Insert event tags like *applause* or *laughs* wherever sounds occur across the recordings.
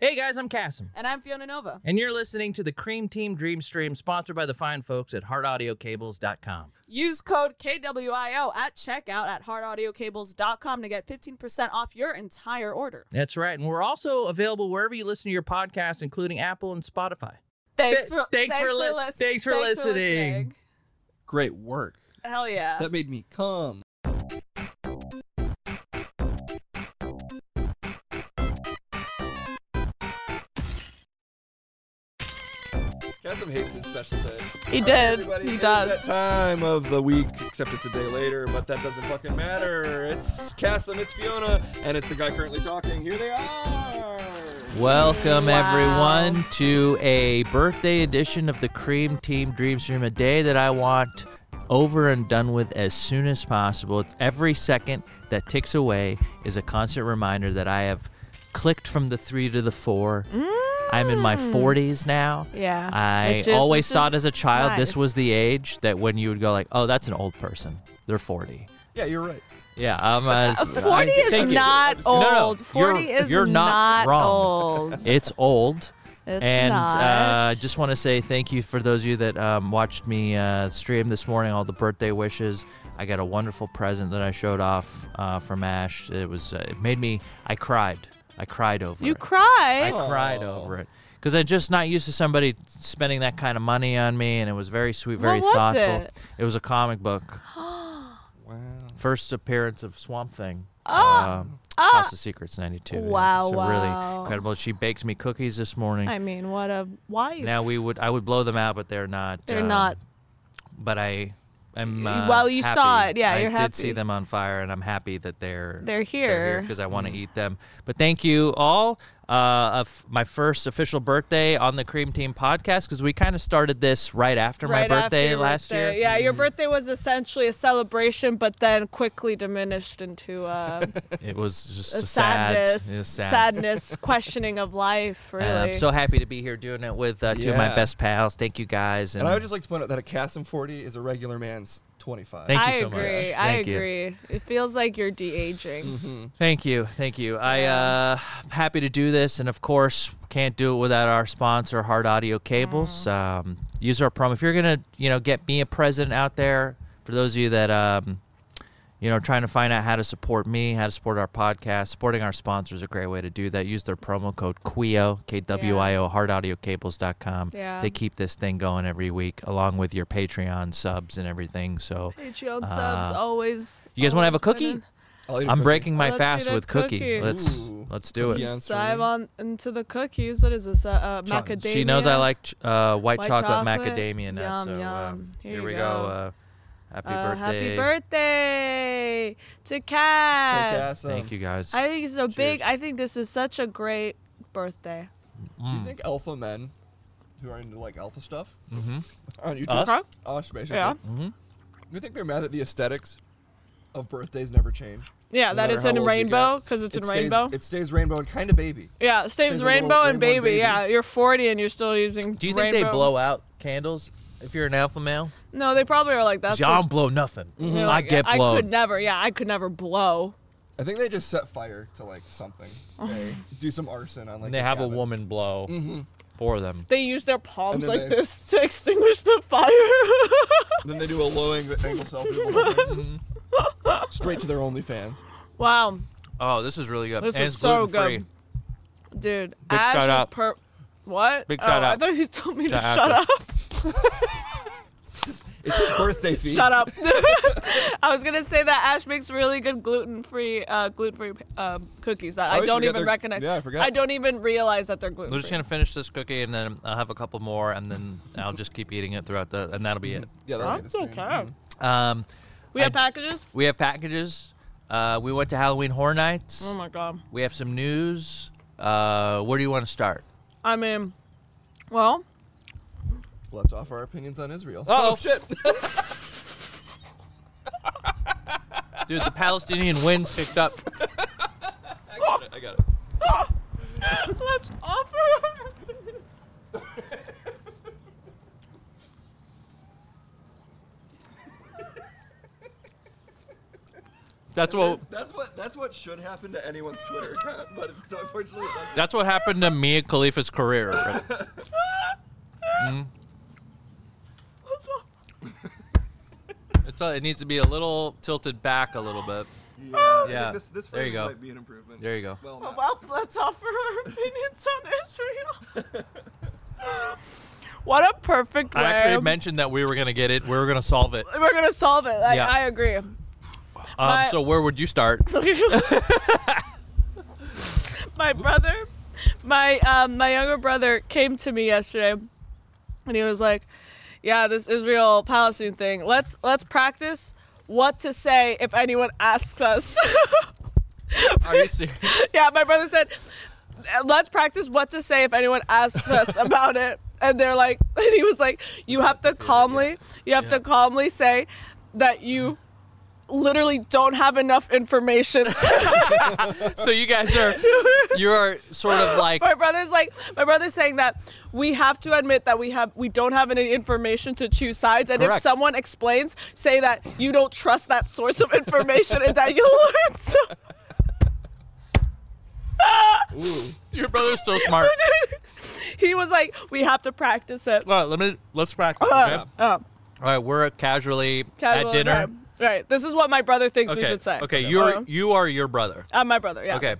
Hey guys, I'm Cassim, And I'm Fiona Nova. and you're listening to the Cream Team Dream Stream, sponsored by the fine folks at HeartAudioCables.com. Use code KWIO at checkout at hardaudio.cables.com to get 15% off your entire order. That's right, and we're also available wherever you listen to your podcast, including Apple and Spotify. Thanks Th- for, thanks for li- thanks for listening. Great work. Hell yeah. That made me come. Cassim hates his special day. He All right, did. everybody, He it is does. that time of the week, except it's a day later, but that doesn't fucking matter. It's Cassim, it's Fiona, and it's the guy currently talking. Here they are. Welcome Wow. everyone to a birthday edition of the Cream Team Dreamstream, a day that I want over and done with as soon as possible. It's every second that ticks away is a constant reminder that I have clicked from the three to the four. I'm in my 40s now. Mm. Yeah. I Which is- always which is thought as a child nice. this was the age that when you would go like, "Oh, that's an old person. They're 40." Yeah, you're right. Yeah, I'm as 40 Uh, is Thank you. not No, old. no, 40 you're- is you're not wrong. *laughs* old. It's It's old. and not. uh, just want to say thank you for those of you that um, watched me uh, stream this morning. All the birthday wishes. I got a wonderful present that I showed off uh, from Ash. It was. Uh, it made me. I cried. I cried over you it. I cried. cried Aw. over it because I'm just not used to somebody spending that kind of money on me, and it was very sweet, very What was thoughtful. it? was a comic book. Wow. First appearance of Swamp Thing. Ah. um, Ah. House of Secrets '92. Wow, so wow. Really incredible. She baked me cookies this morning. I mean, what a wife. Now we would I would blow them out, but they're not. They're um, not. But I, I'm. Y- Uh, well, you saw happy. it. Yeah, I you're did see happy. them on fire, and I'm happy that they're They're here. because I want to Mm. eat them. But thank you all. Uh, of my first official birthday on the Cream Team podcast because we kind of started this right after right my after birthday your last birthday. year. Mm. Yeah, your birthday was essentially a celebration, but then quickly diminished into uh, It was just a a sad, it was sadness, sad. *laughs* sadness, questioning of life. Really, And I'm so happy to be here doing it with uh, two of my Yeah. best pals. Thank you guys. And I would just like to point out that a Cassim 40 is a regular man's 25. Thank you I so much. agree. I Thank you. Mm-hmm. agree. It feels like you're de aging. Thank you, thank you. I uh, I'm happy to do this, and of course, can't do it without our sponsor, Hard Audio Cables. Mm-hmm. Um, use our promo if you're gonna, you know, get me a present out there. For those of you that, um, you know, trying to find out how to support me, how to support our podcast, supporting our sponsors is a great way to do that. Use their promo code QUIO, K W I O, HardAudioCables.com. Yeah. They keep this thing going every week, along with your Patreon subs and everything. So, Patreon subs subs Uh, always. you guys want to have a cookie? I'll eat a I'm cookie. breaking my Let's eat fast a with cookie. cookie. Let's Ooh. let's do it. Yeah. Let's Dive dive on into the cookies. What is this? Uh, uh, Cho- macadamia. She knows I like ch- uh, white, White chocolate, chocolate. macadamia nut. Yum, so yum. Um, Here here, you we go. go. Uh, happy Uh, birthday. happy birthday to Okay, Cass. Cassim. Thank you guys. I think it's so big. Cheers. I think this is such a great birthday. Do Hmm. you think alpha men who are into like alpha stuff Mm-hmm. on YouTube? Us? Okay. Us, basically. Yeah. Mm-hmm. Do you think they're mad that the aesthetics of birthdays never change? Yeah, No that matter it's how in old you rainbow get, because it's it in stays- rainbow. It stays rainbow and kind of baby. yeah, same's stays a little rainbow and rainbow baby. and Yeah, baby. you're 40 and you're still using. Do you think they rainbow. blow out candles if you're an alpha male? No, they probably are like that. John blow nothing. They're I like, get I blown. could never. Yeah, I could never blow. I think they just set fire to like *laughs* something. They do some arson on like. they have a cabin. woman blow for them. They use their palms then like they- this to extinguish the fire. Then they do a low ang- angle selfie. *laughs* with the whole thing. Mm-hmm. Straight to their OnlyFans. *laughs* wow, Oh, this is really good. This and is it's so gluten-free. good. dude. Ash shout is out. per. What? Big oh, shout I out thought you told me to, to shut up. Apple. It's his birthday feed. *laughs* *laughs* Shut up. I was gonna say that Ash makes really good gluten-free, uh, gluten-free um, cookies that I, always don't forget even they're- recognize. yeah, I forgot. I don't even realize that they're We're gluten-free. just gonna finish this cookie and then I'll have a couple more and then I'll just keep eating it throughout the and that'll be it. Yeah, that'll be the That's stream. okay. Mhm. Um, We have I- packages. we have packages. Uh, we went to Halloween Horror Nights. Oh my god. We have some news. Uh, where do you want to start? I mean, well, Let's offer our opinions on Israel. Uh-oh. oh shit. *laughs* Dude, the Palestinian winds picked up. I got it. I got it. let's offer. That's what That's what. That's what should happen to anyone's Twitter *laughs* account, but it's unfortunately it doesn't. That's what happened to Mia Khalifa's career. It's a, it needs to be a little tilted back a little bit. Yeah, I think Yeah, This, this there you phrase go. might be an improvement. There you go. Well, Oh, Matt. well, let's offer our opinions on Israel. what a perfect way. I actually mentioned that we were gonna get it. We were gonna solve it. We're gonna solve it. I, Yeah. I *laughs* agree. Um, so where would you start? my brother, my um, my younger brother came to me yesterday, and he was like, "Yeah, this Israel Palestine thing. Let's let's practice what to say if anyone asks us." *laughs* *laughs* Are you serious? yeah, my brother said, "Let's practice what to say if anyone asks us about it." And they're like, *laughs* and he was like, "You have to calmly, you have to calmly say that you." literally don't have enough information *laughs* So you guys are you are sort of like my brother's like my brother's saying that we have to admit that we have we don't have any information to choose sides and if Correct. someone explains say that you don't trust that source of information and that *laughs* you'll learn so your brother's *laughs* still smart. he was like we have to practice it All right, let me let's practice. Uh, Okay? All uh, right, we're casually casual, at dinner. right, right. this is what my brother thinks Okay. we should say Okay, Uh-huh. you're Uh, you are your brother. i'm my brother yeah Okay.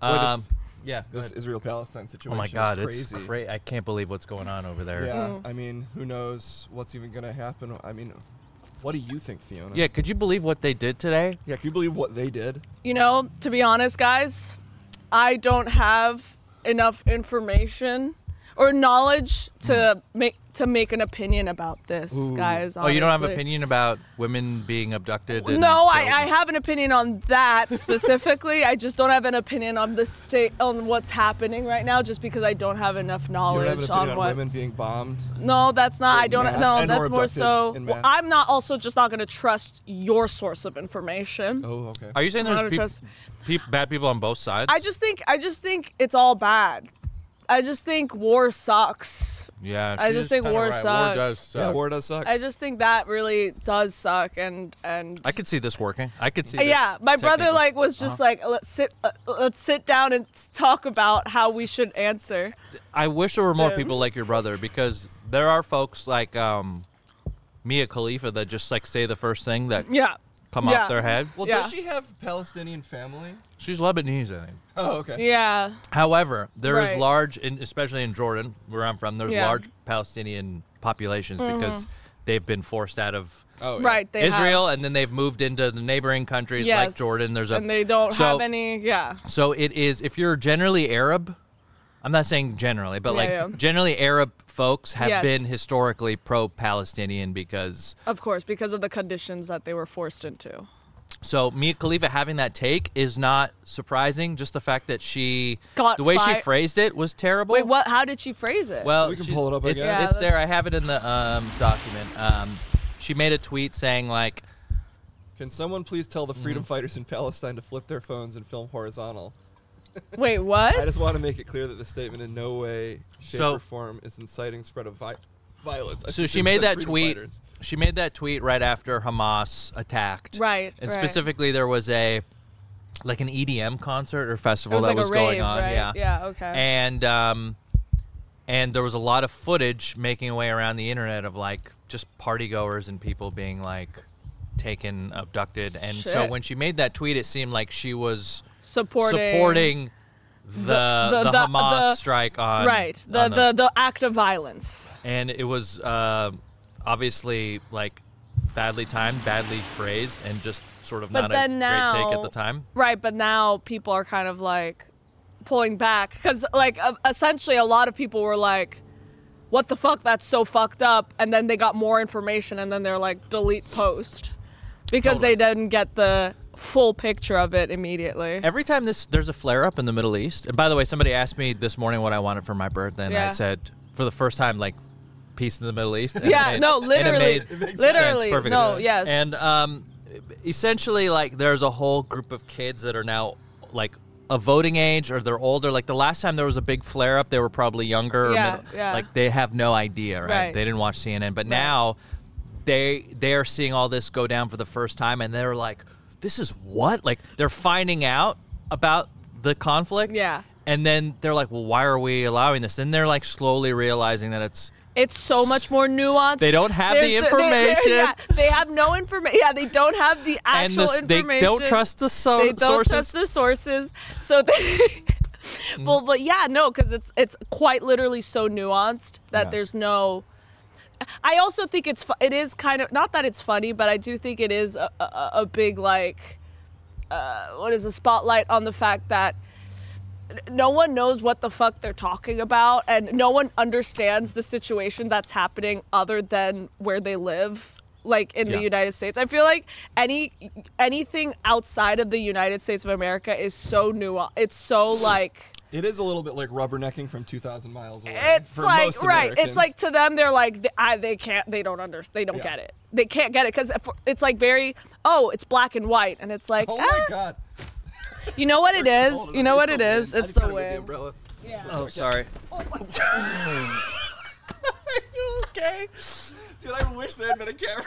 Boy, this- Um, yeah. go this ahead. Israel Palestine situation. Oh my God, is it's crazy. great. I can't believe what's going on over there. Yeah, I mean, who knows what's even gonna happen? I mean, what do you think, Fiona? Yeah, could you believe what they did today? Yeah, can you believe what they did? you know to be honest guys i don't have enough information or knowledge to make to make an opinion about this guys Hmm. Oh, you don't have an honestly. opinion about women being abducted? And no I, killed? I have an opinion on that specifically i just don't have an opinion on the state on what's happening right now just because i don't have enough You don't have knowledge an opinion Oh, on what women being bombed. no that's not i in don't mass no and that's or more abducted so in well, mass. i'm not also just not going to trust your source of information Oh, okay. Are you saying I there's don't peop- trust- peop- bad people on both sides? I just think I just think it's all bad. I just think war sucks. yeah. I she's just think kinda war right. sucks. does suck. yeah, war does suck. I just think that really does suck and and I could see this working. I could see. This yeah, my brother technically. Uh-huh. like was just like let's sit uh, let's sit down and s- talk about how we should answer. I wish there were more Yeah. people like your brother because there are folks like um, Mia Khalifa that just like say the first thing that Yeah. come yeah. off their head. well, yeah. does she have Palestinian family? She's Lebanese, I think. Oh, okay. Yeah. However, there is Right. large, in, especially in Jordan, where I'm from, there's Yeah. large Palestinian populations because they've been forced out of Oh, yeah. Right, they have- Israel, and then they've moved into the neighboring countries like Yes. Jordan. There's a and they don't so, have any yeah. So it is if you're generally Arab. I'm not saying generally, but Yeah, like yeah. generally Arab folks have Yes. been historically pro-Palestinian because Of course, because of the conditions that they were forced into. so Mia Khalifa having that take is not surprising. Just the fact that she Got the way she fi- phrased it was terrible. Wait, what how did she phrase it? Well, We can she- pull it up, I It's, guess. Yeah, it's that- there. I have it in the um, document. Um, she made a tweet saying *laughs* like, Can someone please tell the Mm-hmm. freedom fighters in Palestine to flip their phones and film horizontal? Wait, what? I just want to make it clear that the statement in no way, shape, So- or form is inciting spread of vi- violence. I so she should've made said that freedom tweet. fighters. She made that tweet right after Hamas attacked. Right, And right. specifically, there was a like an EDM concert or it festival was that like was a rave, going on. right? Yeah. Yeah, okay. And um, and there was a lot of footage making away around the internet of like just party goers and people being like taken, abducted. And so Shit. when she made that tweet, it seemed like she was supporting supporting the the, the- the- Hamas the- strike on Right. The, on the the act of violence. and it was uh, obviously like badly timed, badly phrased, and just sort of But not a then now great take at the time. Right, but now people are kind of like pulling back cuz like uh, essentially a lot of people were like what the fuck that's so fucked up and then they got more information and then they're like delete post because they didn't get the full picture of it immediately. Every time this there's a flare up in the Middle East, and by the way, somebody asked me this morning what I wanted for my birthday, and I Yeah. said for the first time like peace in the Middle East. and it yeah, made- no, and it literally. made literally. sense perfectly. No, yes. And um, essentially, like, there's a whole group of kids that are now like a voting age or they're older. Like the last time there was a big flare up, they were probably younger. or Yeah, middle, yeah. Like they have no idea, right? Right. They didn't watch CNN, but now they they are seeing all this go down for the first time, and they're like. this is what? Like they're finding out about the conflict. Yeah. And then they're like, well, why are we allowing this? And they're like slowly realizing that it's It's so much more nuanced. They don't have the There's- they- they're- information. yeah, they have no information. Yeah, they don't have the and actual this, they information. don't trust the so- They don't sources. trust the sources. So they. Mm-hmm. well, but yeah, no, because it's it's quite literally so nuanced that Yeah. there's no. I also think it's fu- it is kind of not that it's funny, but I do think it is a, a, a big like. Uh, what is a spotlight on the fact that no one knows what the fuck they're talking about and no one understands the situation that's happening other than where they live like in Yeah. the United States. I feel like any anything outside of the United States of America is so new it's so like It is a little bit like rubbernecking from 2,000 miles away. it's for like most right. It's Americans. like to them they're like th- I, they can't they don't understand they don't Yeah. get it. They can't get it cuz it's like very oh, it's black and white and it's like oh ah, my god. you know what it is? Hold on, You know what it the is? wind. I It's gotta the move wind. umbrella. Oh, sorry. *laughs* Okay. Dude, I wish there had been a camera.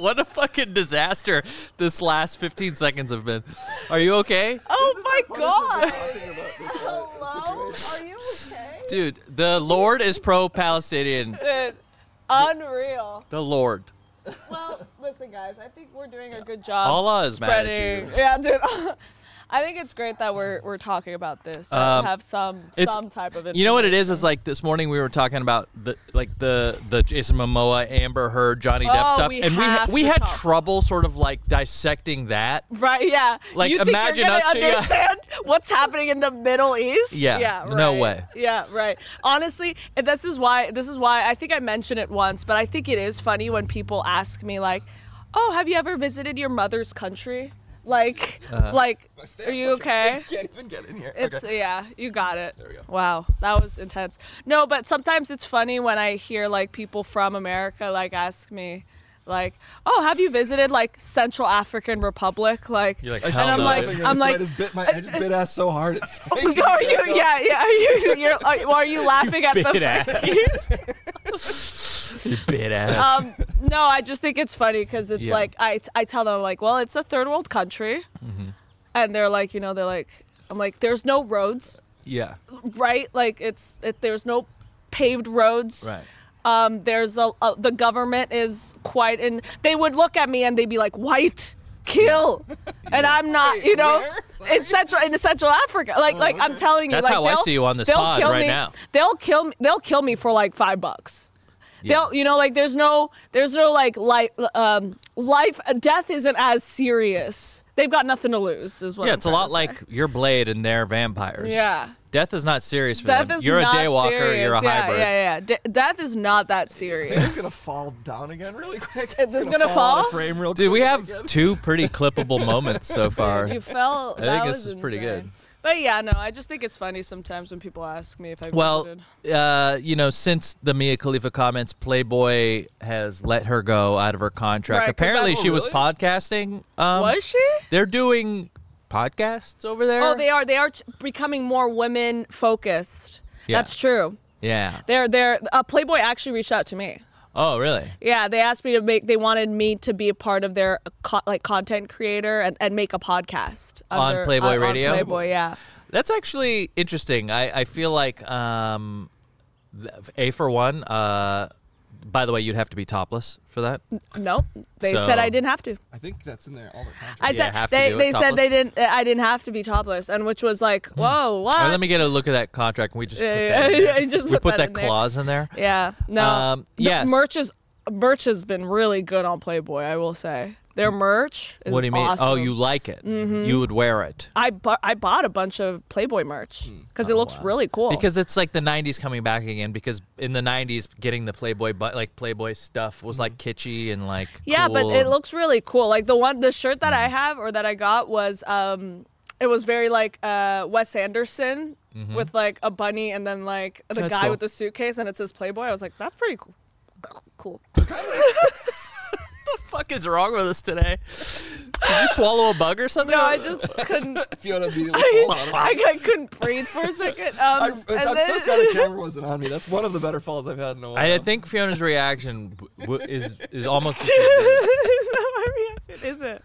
what a fucking disaster this last 15 seconds have been. Are you *laughs* okay? Oh my god. Hello? Are you okay? Dude, the Lord is pro Palestinian. *laughs* Dude, unreal. The Lord. *laughs* Well, listen, guys, I think we're doing a good job. Allah is mad at you. Uh, spreading. Yeah, dude. *laughs* I think it's great that we're we're talking about this. and Um, have some it's- some type of. You know what it is? Is like this morning we were talking about the like the the Jason Momoa, Amber Heard, Johnny Depp Oh, stuff, we and we ha- have we to had talk. trouble sort of like dissecting that. *laughs* Right? Yeah. Like, you think imagine you're gonna us two- yeah. understand *laughs* what's happening in the Middle East? Yeah, no right. way. Yeah, right. Honestly, and this is why this is why I think I mentioned it once, but I think it is funny when people ask me like, "Oh, have you ever visited your mother's country?" Like, Uh-huh. like, are you okay? can't even get in here. It's yeah, you got it. There we go. Wow, that was intense. No, but sometimes it's funny when I hear like people from America like ask me, like, "Oh, have you visited like Central African Republic?" Like, You're like, *laughs* I "Hell and should I'm no, like, dude." I'm I like, Oh just bit my, I just bit ass so *laughs* hard. It's are you? Yeah, yeah. Are you? You're, are, you- are *laughs* you laughing at the? Bit ass. *laughs* you bit ass. Um, no, I just think it's funny because it's Yeah. like I, I tell them like, well, it's a third world country, Mm-hmm. and they're like, you know, they're like, I'm like, there's no roads, yeah. right? Like it's it, there's no paved roads. Right. Um, there's a, a the government is quite and they would look at me and they'd be like white *laughs* kill, and I'm not Wait, you know where? Oh, in central in Central Africa like like I'm okay. telling you That's like, how I they'll- see you on this they'll pod kill right me- now. They'll kill me. They'll kill me for like five bucks. They'll you know like there's no there's no like life um life death isn't as serious. They've got nothing to lose is what. Yeah, I'm it's a trying to lot say. like your blade and their vampires. Yeah. Death is not serious for Death them. is You're not a daywalker, serious. you're a yeah, hybrid. Yeah, yeah, De- death is not that serious. It's gonna fall down again really quick. Is this gonna out fall? of frame real Dude, we quick have *laughs* again. two pretty clippable moments so far. you fell. *laughs* I that think this was is pretty insane. good. But yeah, no, I just think it's funny sometimes when people ask me if I Well, visited. uh, you know, since the Mia Khalifa comments, Playboy has let her go out of her contract. Right, 'cause Apparently, that's- she Oh, was really? podcasting. Um, was she? They're doing podcasts over there. Oh, they are. They are ch- becoming more women focused. Yeah. That's true. Yeah. They're they're uh, Playboy actually reached out to me. Oh, really? Yeah, they asked me to make. They wanted me to be a part of their uh, co- like content creator and, and make a podcast of On their- Playboy on- on Radio? Playboy, yeah. That's actually interesting. I, I feel like um, th- a for one. Uh, by the way, you'd have to be topless for that. No, they So- said I didn't have to. I think that's in there all the time. I Yeah, said have to they, do it they said topless. Hmm. they didn't. I didn't have to be topless, and which was like, whoa, what? All right, let me get a look at that contract. And we just put Uh, yeah, that in *laughs* yeah, there. you just we put put that that, in there. clause in there. yeah, no. Um, The yes. merch is merch has been really good on Playboy. I will say their merch is What do you mean? Oh, awesome. Mm-hmm. you like it? You would wear it I bought I bought a bunch of Playboy merch because it looks really cool. Hmm. Oh, because it's like the '90s coming back again. Because in the '90s, getting the Playboy, but like Playboy stuff was like kitschy and like Mm-hmm. yeah, cool. Hmm. but it looks really cool. Like the one the shirt that I have or that I got was um it was very like uh Wes Anderson with like a bunny and then like the Mm-hmm. That's guy cool. with the suitcase and it says Playboy. I was like, that's pretty cool. Cool. fuck is wrong with us today? Did you swallow a bug or something? *laughs* No, I just couldn't. *laughs* Fiona immediately pulled out of her. I, I couldn't breathe for a *laughs* second. Um, I, am and so then- sad *laughs* the camera wasn't on me. That's one of the better falls I've had in a while. I, I think Fiona's reaction w- w- is is almost. *laughs* It's not my reaction, is it?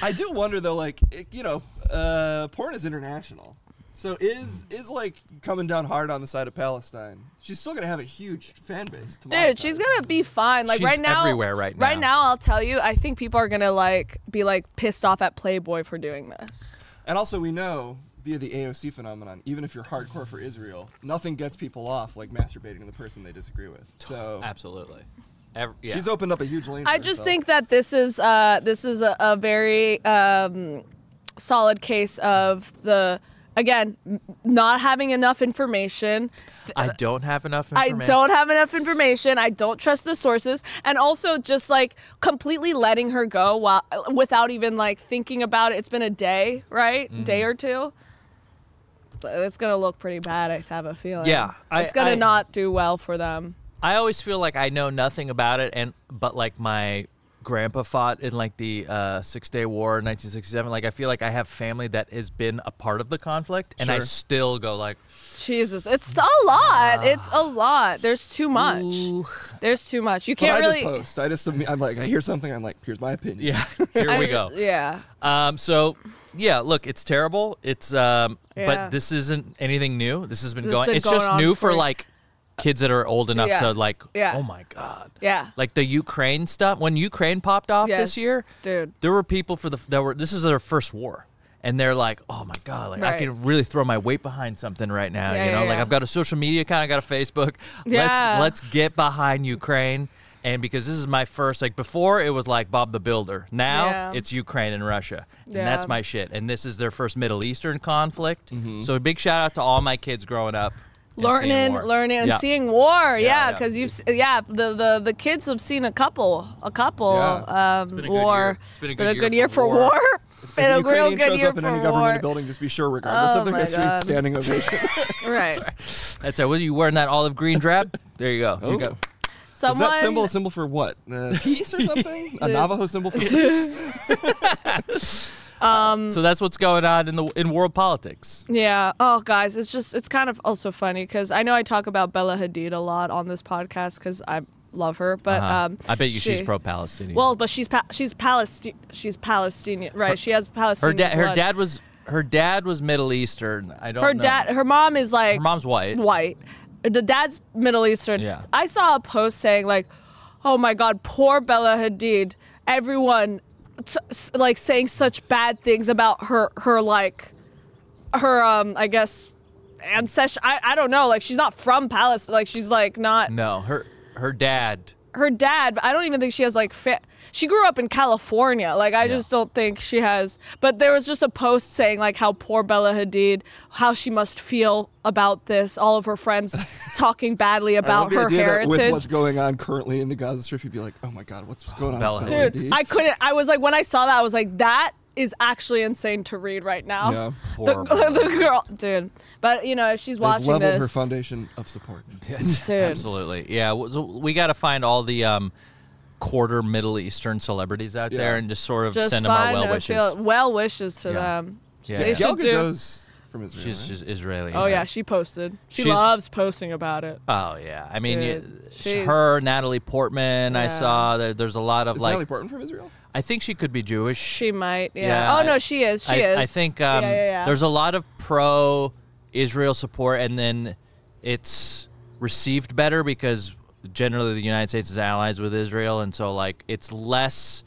I do wonder though, like it, you know, uh, porn is international, so is is like coming down hard on the side of Palestine. She's still gonna have a huge fan base. to Dude, she's monetize. gonna be fine. Like She's right now, everywhere right Right now. now, I'll tell you. I think people are gonna like be like pissed off at Playboy for doing this. And also, we know via the AOC phenomenon, even if you're hardcore for Israel, nothing gets people off like masturbating to the person they disagree with. So Absolutely. Every, Uh, yeah. she's opened up a huge lane. I for just herself. think that this is uh, this is a, a very um, solid case of the again m- not having enough information. I don't have enough I information. don't have enough information. I don't trust the sources, and also just like completely letting her go while without even like thinking about it. It's been a day, right? Mm-hmm. Day or two. It's gonna look pretty bad. I have a feeling. Yeah, I- it's gonna I- not do well for them. I always feel like I know nothing about it, and but like my grandpa fought in like the uh, Six Day War, in 1967. Like I feel like I have family that has been a part of the conflict, and I Sure. still go like, Jesus, it's a Ah. lot. It's a lot. There's too much. There's too much. You But can't I really. just post. I just I'm like I hear something. I'm like, here's my opinion. *laughs* yeah, here I- we go. Yeah. Um, so yeah, look, it's terrible. It's um, Yeah. but this isn't anything new. This has been This has going. been it's going just on new for for- like kids that are old enough Yeah. to like. Yeah. Oh my god. Yeah. Like the Ukraine stuff. When Ukraine popped off Yes, this year, dude. there were people for the that were. This is their first war. And they're like, oh my god, like I Right. can really throw my weight behind something right now, Yeah, you know. yeah, Like yeah. I've got a social media account, I got a Facebook. Yeah. Let's let's get behind Ukraine, and because this is my first, like before it was like Bob the Builder. Now Yeah. it's Ukraine and Russia, and Yeah. that's my shit. And this is their first Middle Eastern conflict. So a big shout out to all my kids growing up, and seeing learning, war. learning, and Yeah. seeing war. Yeah, yeah. because you've s- yeah the, the the kids have seen a couple, a couple Yeah. um, been a good year. war. It's been a good year for for war. war. It's If been *laughs* the a real Ukrainian good shows year up in for any war. government building, just be sure, regardless Oh of their my history, God. it's standing ovation. Right. That's right. What are you wearing that olive green drab? there you go. Oh. You *laughs* go. Is Someone. that symbol a symbol for what? *laughs* Uh, peace or something? a Navajo symbol for peace? So that's what's going on in the in world politics. Yeah. Oh, guys, it's just it's kind of also funny because I know I talk about Bella Hadid a lot on this podcast because I love her, but Uh-huh. um, I bet you she's she- pro-Palestinian. Well, but she's pa- she's Palestine she's Palestinian, right? she has her Palestinian. dad her blood. dad was her dad was Middle Eastern. I don't. her know. dad, her mom is like Her mom's white. white. The dad's Middle Eastern. Yeah. I saw a post saying like, "Oh my God, poor Bella Hadid." Everyone, s- s- like saying such bad things about her, her like, her um, I guess, ancestry. I I don't know. Like she's not from Palestine. Like she's like not No, her her dad. her dad. But I don't even think she has like. Fa- she grew up in California. Like I just don't think she has. But there was just a post saying like how poor Bella Hadid, how she must feel about this. All of her *laughs* friends talking badly about I her love the idea that with what's heritage. going on currently in the Gaza Strip, you'd be like, oh my God, what's going on? Bella with Hadid. Dude, I couldn't. I was like when I saw that, I was like that is actually insane to read right now. yeah. The, Horrible. *laughs* the girl, dude. But you know, if she's They've watching leveled this, her foundation of support. *laughs* Yes, Dude. Absolutely. Yeah. w- So we got to find all the um, quarter Middle Eastern celebrities out Yeah. there and just sort of just send them our fine. well I wishes. feel- well wishes to Yeah. them. Yeah. They Yeah. Gal should do. Gadot's from Israel. she's right? she's Israeli. Oh yeah, she posted. She She's- loves posting about it. Oh yeah. I mean, you, Dude, she's- her Natalie Portman. I Yeah. saw that there's a lot of Is like. Natalie Portman from Israel? I think she could be Jewish. She might. Yeah. Yeah, oh I- no, she is. She I, is. I think um, yeah, yeah, yeah. there's a lot of pro Israel support, and then it's received better because generally the United States is allies with Israel, and so like it's less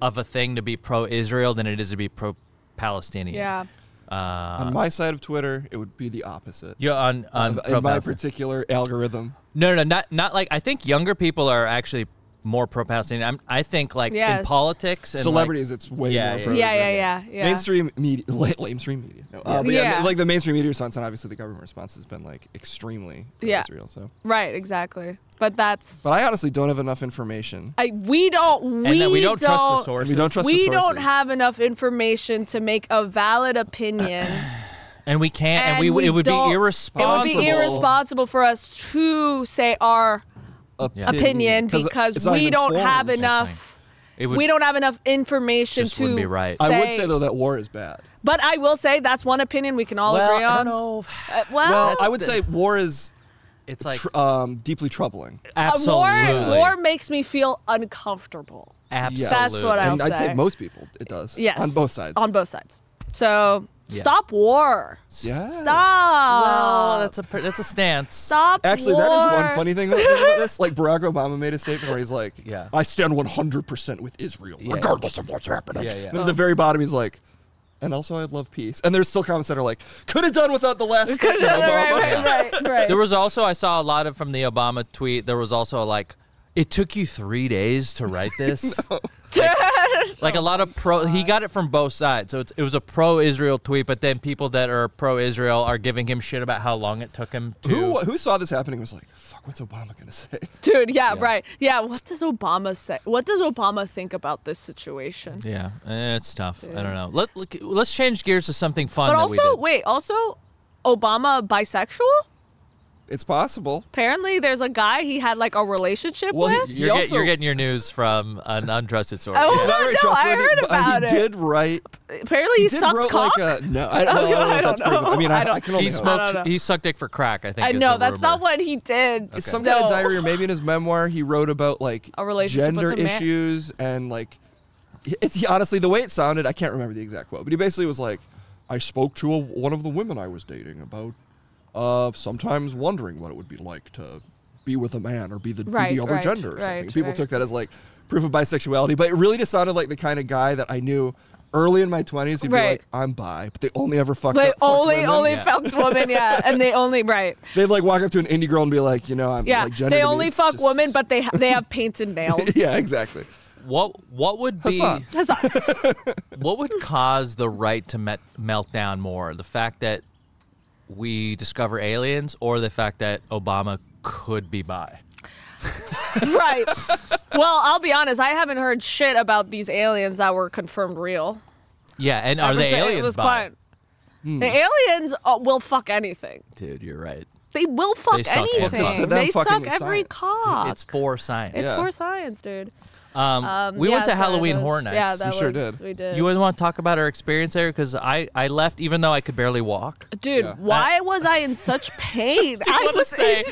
of a thing to be pro Israel than it is to be pro Palestinian. Yeah. uh, on my side of Twitter, it would be the opposite. You're on on Of- in my pro-Palestinian. particular algorithm. No, no, no, not not like I think younger people are actually more pro Palestinian. I'm- I think like in Yes. politics, and like- Celebrities, it's way Yeah, more yeah, pro Yeah, Israel. yeah, yeah, yeah. Mainstream media, *laughs* la- mainstream media. No, uh, but yeah, Yeah. like the mainstream media response, and obviously the government response has been like extremely Yeah. Israel. So, Right. Exactly. But that's. but I honestly don't have enough information. I, we don't. We, and that we don't, trust the don't- sources. We don't trust the We sources. don't have enough information to make a valid opinion. and we can't, *coughs* and, And we, we it would don't- it would be be it would irresponsible. be irresponsible for us to say our opinion because it's not we even don't formed. have enough It would- we don't have enough information Just to wouldn't be right. Say, I would say though that war is bad. but I will say that's one opinion we can all well, agree I on. don't know. Uh, well, Well, I would say war is It's like uh, tr- um, deeply troubling. a uh, war, absolutely, war makes me feel uncomfortable. absolutely. That's what I- I'll and I'd say say. most people it does. Yes. On both sides. On both sides. So Yeah. stop war. yeah. Stop. Well, Oh, that's a pr- that's a stance. stop. Actually, that is war. *laughs* one funny thing about this. Like Barack Obama made a statement where he's like, Yeah. "I stand 100 percent with Israel, Yeah. regardless of what's happening." Yeah, yeah. And at the very bottom, he's like, "And also, I love peace." And there's still comments that are like, "Could have done without the *laughs* last Right, statement, Obama." right, right, right, *laughs* right. There was also I saw a lot of from the Obama tweet. There was also like, it took you three days to write *laughs* this. Like a lot of pro, he got it from both sides. So it's, it was a pro-Israel tweet, but then people that are pro-Israel are giving him shit about how long it took him to. Who who saw this happening was like, "Fuck, what's Obama gonna say?" *laughs* Dude, yeah, right. Yeah, what does Obama say? What does Obama think about this situation? Yeah, eh, it's tough. I don't know. Let look, let's change gears to something fun. But that we also, did. wait, also Obama bisexual? It's possible. Apparently there's a guy he had like a relationship Well, with. he- you're, get- also- you're getting your news from an untrusted source. Oh, Yeah. It's not very no, I trustworthy, heard but, uh, about it. He did write. Apparently he did sucked wrote cock. *laughs* like a no. I don't, I know, I don't know don't if that's proven. know. I mean, I I, don't- I can only He hope. I don't know. smoked. He sucked dick for crack. I think. I is know the that's not rumor. what he did. It's some kind of No. diary or maybe in his memoir he wrote about like A relationship gender with a man. issues and like it's he, honestly the way it sounded I can't remember the exact quote but he basically was like I spoke to a, one of the women I was dating about uh, sometimes wondering what it would be like to be with a man or be the, be Right, the other right, gender or something. right, And People right. took that as like proof of bisexuality but it really just sounded like the kind of guy that I knew early in my 20s he'd be Right. like I'm bi but they only ever fucked They up fucked only women. only Yeah. fucked women, *laughs* yeah, and they only right. They'd like walk up to an indie girl and be like, you know, I'm Yeah, like gender. they to me only is fuck just- women, but they ha- they *laughs* have painted nails. yeah, exactly. What what would be Hassan. *laughs* That's not- what would cause the right to met, melt down more? The fact that we discover aliens, or the fact that Obama could be bi? right. Well, I'll be honest. I haven't heard shit about these aliens that were confirmed real. Yeah, and are Ever the since- aliens It was bi? quiet. Hmm. The aliens uh, will fuck anything. Dude, you're right. They will fuck They suck every anything. cock. So them they fucking suck is every science. cock. It's for science. It's Yeah. for science, dude. Um, Um, we went yeah, to sorry, Halloween that was- Horror Nights. Yeah, that sure was, did. We did. You would want to talk about our experience there because I, I left even though I could barely walk. *laughs* dude, Yeah. why was I in such pain? *laughs* I wanna was say, in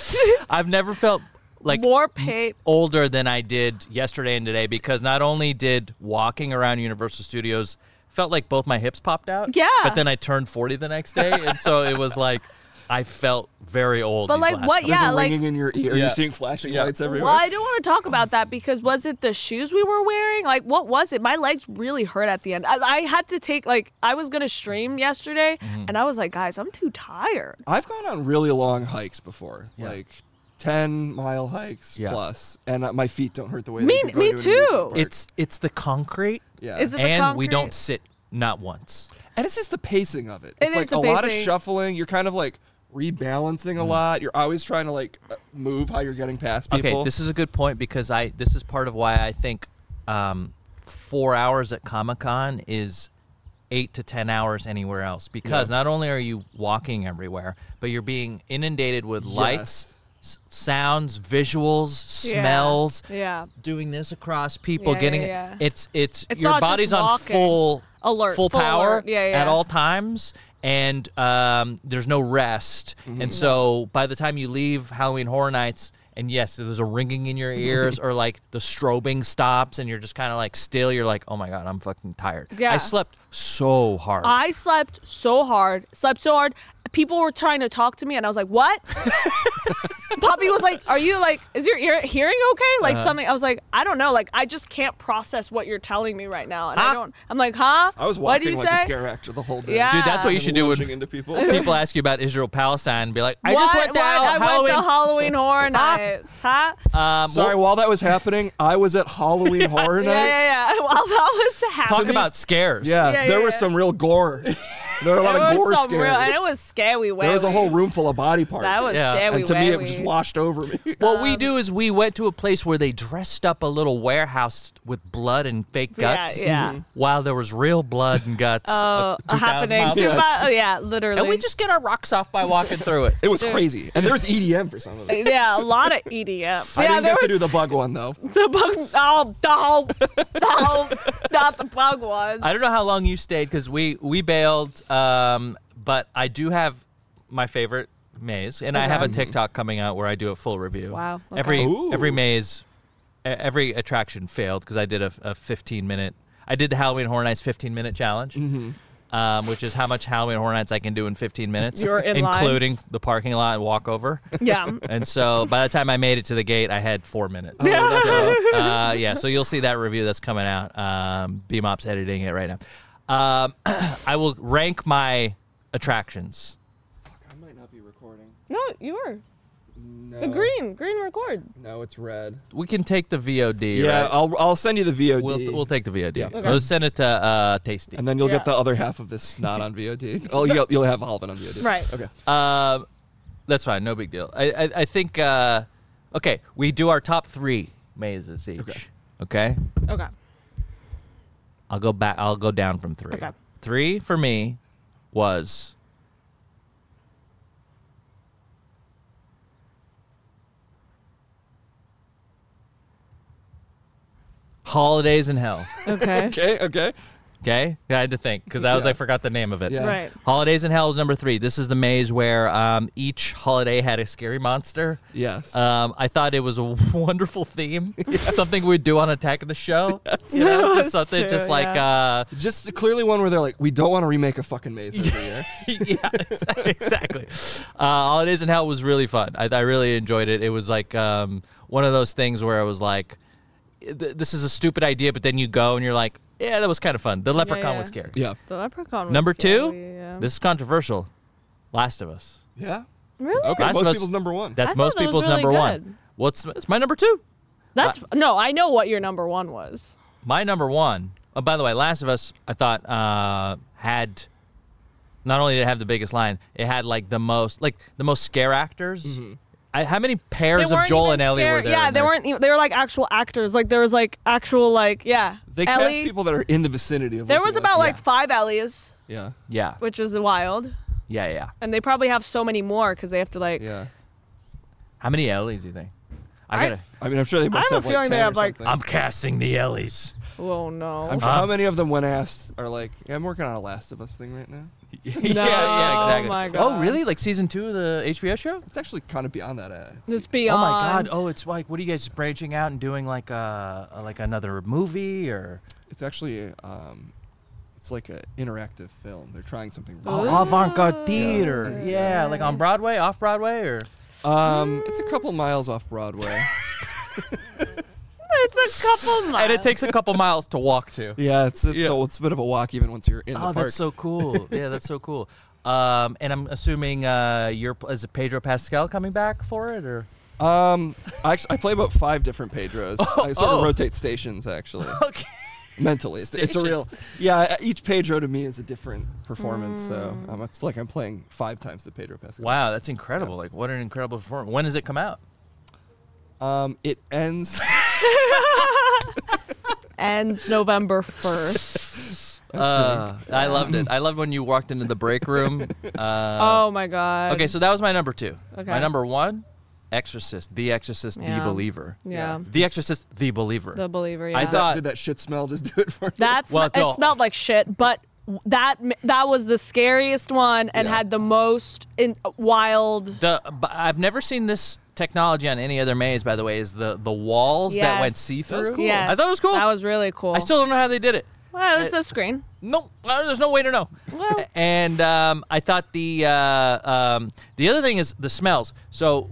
I've never felt like more pain. older than I did yesterday and today because not only did walking around Universal Studios felt like both my hips popped out. Yeah. But then I turned 40 the next day. and so it was like I felt very old. But these like, last what? couple- Yeah, There's a like. ringing in your ear. Yeah. You're seeing flashing Yeah. lights everywhere. Well, I do want to talk about that because was it the shoes we were wearing? Like, what was it? My legs really hurt at the end. I, I had to take like I was gonna stream yesterday, Mm-hmm. and I was like, guys, I'm too tired. I've gone on really long hikes before, Yeah. like ten mile hikes Yeah. plus, and uh, my feet don't hurt the way. Me- they do me going to an amusement too. park. It's it's the concrete yeah, Is it- the and we don't concrete? sit not once. and it's just the pacing of it. It it's is like the a lot of pacing. shuffling. You're kind of like rebalancing a lot. You're always trying to like uh, move how you're getting past people. Mm. Okay, this is a good point because I this is part of why I think um, four hours at Comic Con is eight to ten hours anywhere else because not only are you walking everywhere, but you're being inundated with lights, s- sounds, visuals, Yeah. smells. Yeah. Doing this across people, Yeah, getting yeah, yeah. it. It's it's, It's your not just body's on walking. full Alert, full, full power alert. Yeah, yeah. at all times and um, there's no rest Mm-hmm. and so by the time you leave halloween horror nights and yes there's a ringing in your *laughs* ears or like the strobing stops and you're just kind of like still you're like oh my god i'm fucking tired i Yeah. slept so hard I slept so hard, slept so hard. People were trying to talk to me, and I was like, "What?" *laughs* Poppy was like, "Are you like, is your ear hearing okay? Like Uh-huh. something?" I was like, "I don't know. Like I just can't process what you're telling me right now." And Huh? I don't. I'm like, "Huh? I was what do walking you like a say?" scare actor the whole day. Yeah. dude that's what you Kind of should do launching when into *laughs* people. *laughs* people ask you about israel palestine be like i what? just went What? down I halloween went to Halloween Horror Nights, huh? um, Sorry, well, while that was happening, I was at Halloween *laughs* Horror Nights. yeah, yeah, yeah. While that was happening, talk about scares Yeah, Yeah, there yeah, was yeah. *laughs* some real gore. There were a lot There of was gore some scares. real, and it was scary. there was a wawy. whole room full of body parts. That was Yeah. scary. and to me, it wawy. just washed over me. What Um, we do is we went to a place where they dressed up a little warehouse with blood and fake Yeah, guts. yeah. Mhm. While there was real blood and guts. *laughs* Oh, uh, 2,000 happening. miles Two away. mi- yeah, literally. And we just get our rocks off by walking through it. It was crazy. And there's EDM for some of it. yeah, a lot of EDM. Yeah, I didn't there get to was do the bug one though. the bug. Oh, the whole, the whole, not the bug one. I don't know how long you stayed because we we bailed, um, but I do have my favorite maze, and I have a Okay. TikTok coming out where I do a full review. Wow, okay. Every Ooh. every maze, e- every attraction failed because I did a, a 15 minute. I did the Halloween Horror Nights 15 minute challenge. Um, which is how much Halloween Horror Nights I can do in 15 minutes, You're in line. including the parking lot and walkover. yeah. And so by the time I made it to the gate, I had four minutes. So, uh, yeah, so you'll see that review that's coming out. Um, BMOP's editing it right now. Um, *clears throat* I will rank my attractions. I might not be recording. No, you were No. the green, green record. No, it's red. We can take the VOD. Yeah, right? I'll I'll send you the VOD. we'll, we'll take the VOD. Yeah. Okay. We'll send it to uh, Tasty. and then you'll Yeah. get the other half of this not on *laughs* VOD. Oh, you'll, you'll have all of it on VOD. Right. Okay. Um, that's fine. No big deal. I I, I think uh, okay. We do our top three mazes each. Okay. okay? Okay. I'll go back. I'll go down from three. Okay. Three for me was holidays in *laughs* hell. Okay. Okay. Okay. Okay, I had to think because I was I forgot the name of it. Yeah. Right. Holidays in Hell was number three. This is the maze where um, each holiday had a scary monster. Yes. Um, I thought it was a *laughs* wonderful theme, *laughs* something we'd do on Attack of the Show. You know, That's just something, true, just like yeah. uh, Just clearly one where they're like, we don't want to remake a fucking *laughs* maze every year. yeah, ex- exactly. Uh, All it is in hell was really fun. I, I really enjoyed it. It was like um, one of those things where I was like, th- "This is a stupid idea," but then you go and you're like, "Yeah, that was kind of fun." The leprechaun yeah. was scary. Yeah. The leprechaun. Was Number two, scary, yeah. this is controversial. Last of Us. Yeah. really? Okay. Last of most Us- people's number one. That's I thought most that was people's really number good. one. What's it's my number two? That's no. I know what your number one was. My number one. Oh, by the way, Last of Us, I thought uh, had not only did it have the biggest line, it had like the most like the most scare actors. I, how many pairs of weren't Joel even and Ellie were scared- there? Yeah, in they there? weren't. Even, they were like actual actors. Like there was like actual like yeah. they cast Ellie. people that are in the vicinity of. there looking was like- about like yeah. five Ellies, Yeah. Yeah, which was wild, yeah, yeah. and they probably have so many more because they have to like. Yeah. How many Ellies do you think? I I- gotta. I mean, I'm sure they must I have have a like, feeling they 10 or have, like- something. I'm casting the Ellies. *laughs* Oh no. I'm sure how many of them, when asked, are like, yeah, I'm working on a Last of Us thing right now. yeah, yeah, No, exactly. my Oh, God. really? Like season two of the HBO show? It's actually kind of beyond that. Uh, it's- It's beyond. Oh my God! Oh, it's like what are you guys branching out and doing like uh like another movie or it's actually um, it's like an interactive film. They're trying something. oh, Really avant-garde theater? Yeah. like on Broadway, off Broadway, or Um, it's a couple miles off *laughs* Broadway. It's a couple *laughs* miles. and it takes a couple miles to walk to. yeah, it's it's, Yeah. So it's a bit of a walk even once you're in *laughs* the Oh, park. that's so cool! yeah, that's so cool. Um, and I'm assuming uh, your is it Pedro Pascal coming back for it or? Um, I actually I play about five different *laughs* Pedros. I sort oh. of rotate stations actually *laughs* Okay. mentally. It's, it's a real yeah. e-, Each Pedro to me is a different performance. So um, it's like I'm playing five times the Pedro Pascal. Wow, that's incredible! Like, what an incredible performance! When does it come out? Um, it ends. Ends November first. Uh, I loved it. I loved when you walked into the break *laughs* room. *laughs* Uh, oh my God. okay, so that was my number two. My Okay. number one, Exorcist, The Exorcist, Yeah. The Believer. Yeah. The Exorcist, The Believer. The believer. Yeah. I thought- Did that shit smell just do it for you? That's Well, no. it smelled like shit, but that that was the scariest one and Yeah. had the most in, uh, wild. The but I've never seen this technology on any other maze. By the way, is the the walls that went Yes. see That was through? cool. Yes. I thought it was cool. That was really cool. I still don't know how they did it. Well, it's a screen. No, uh, there's no way to know. Well- and um, I thought the uh, um, the other thing is the smells. So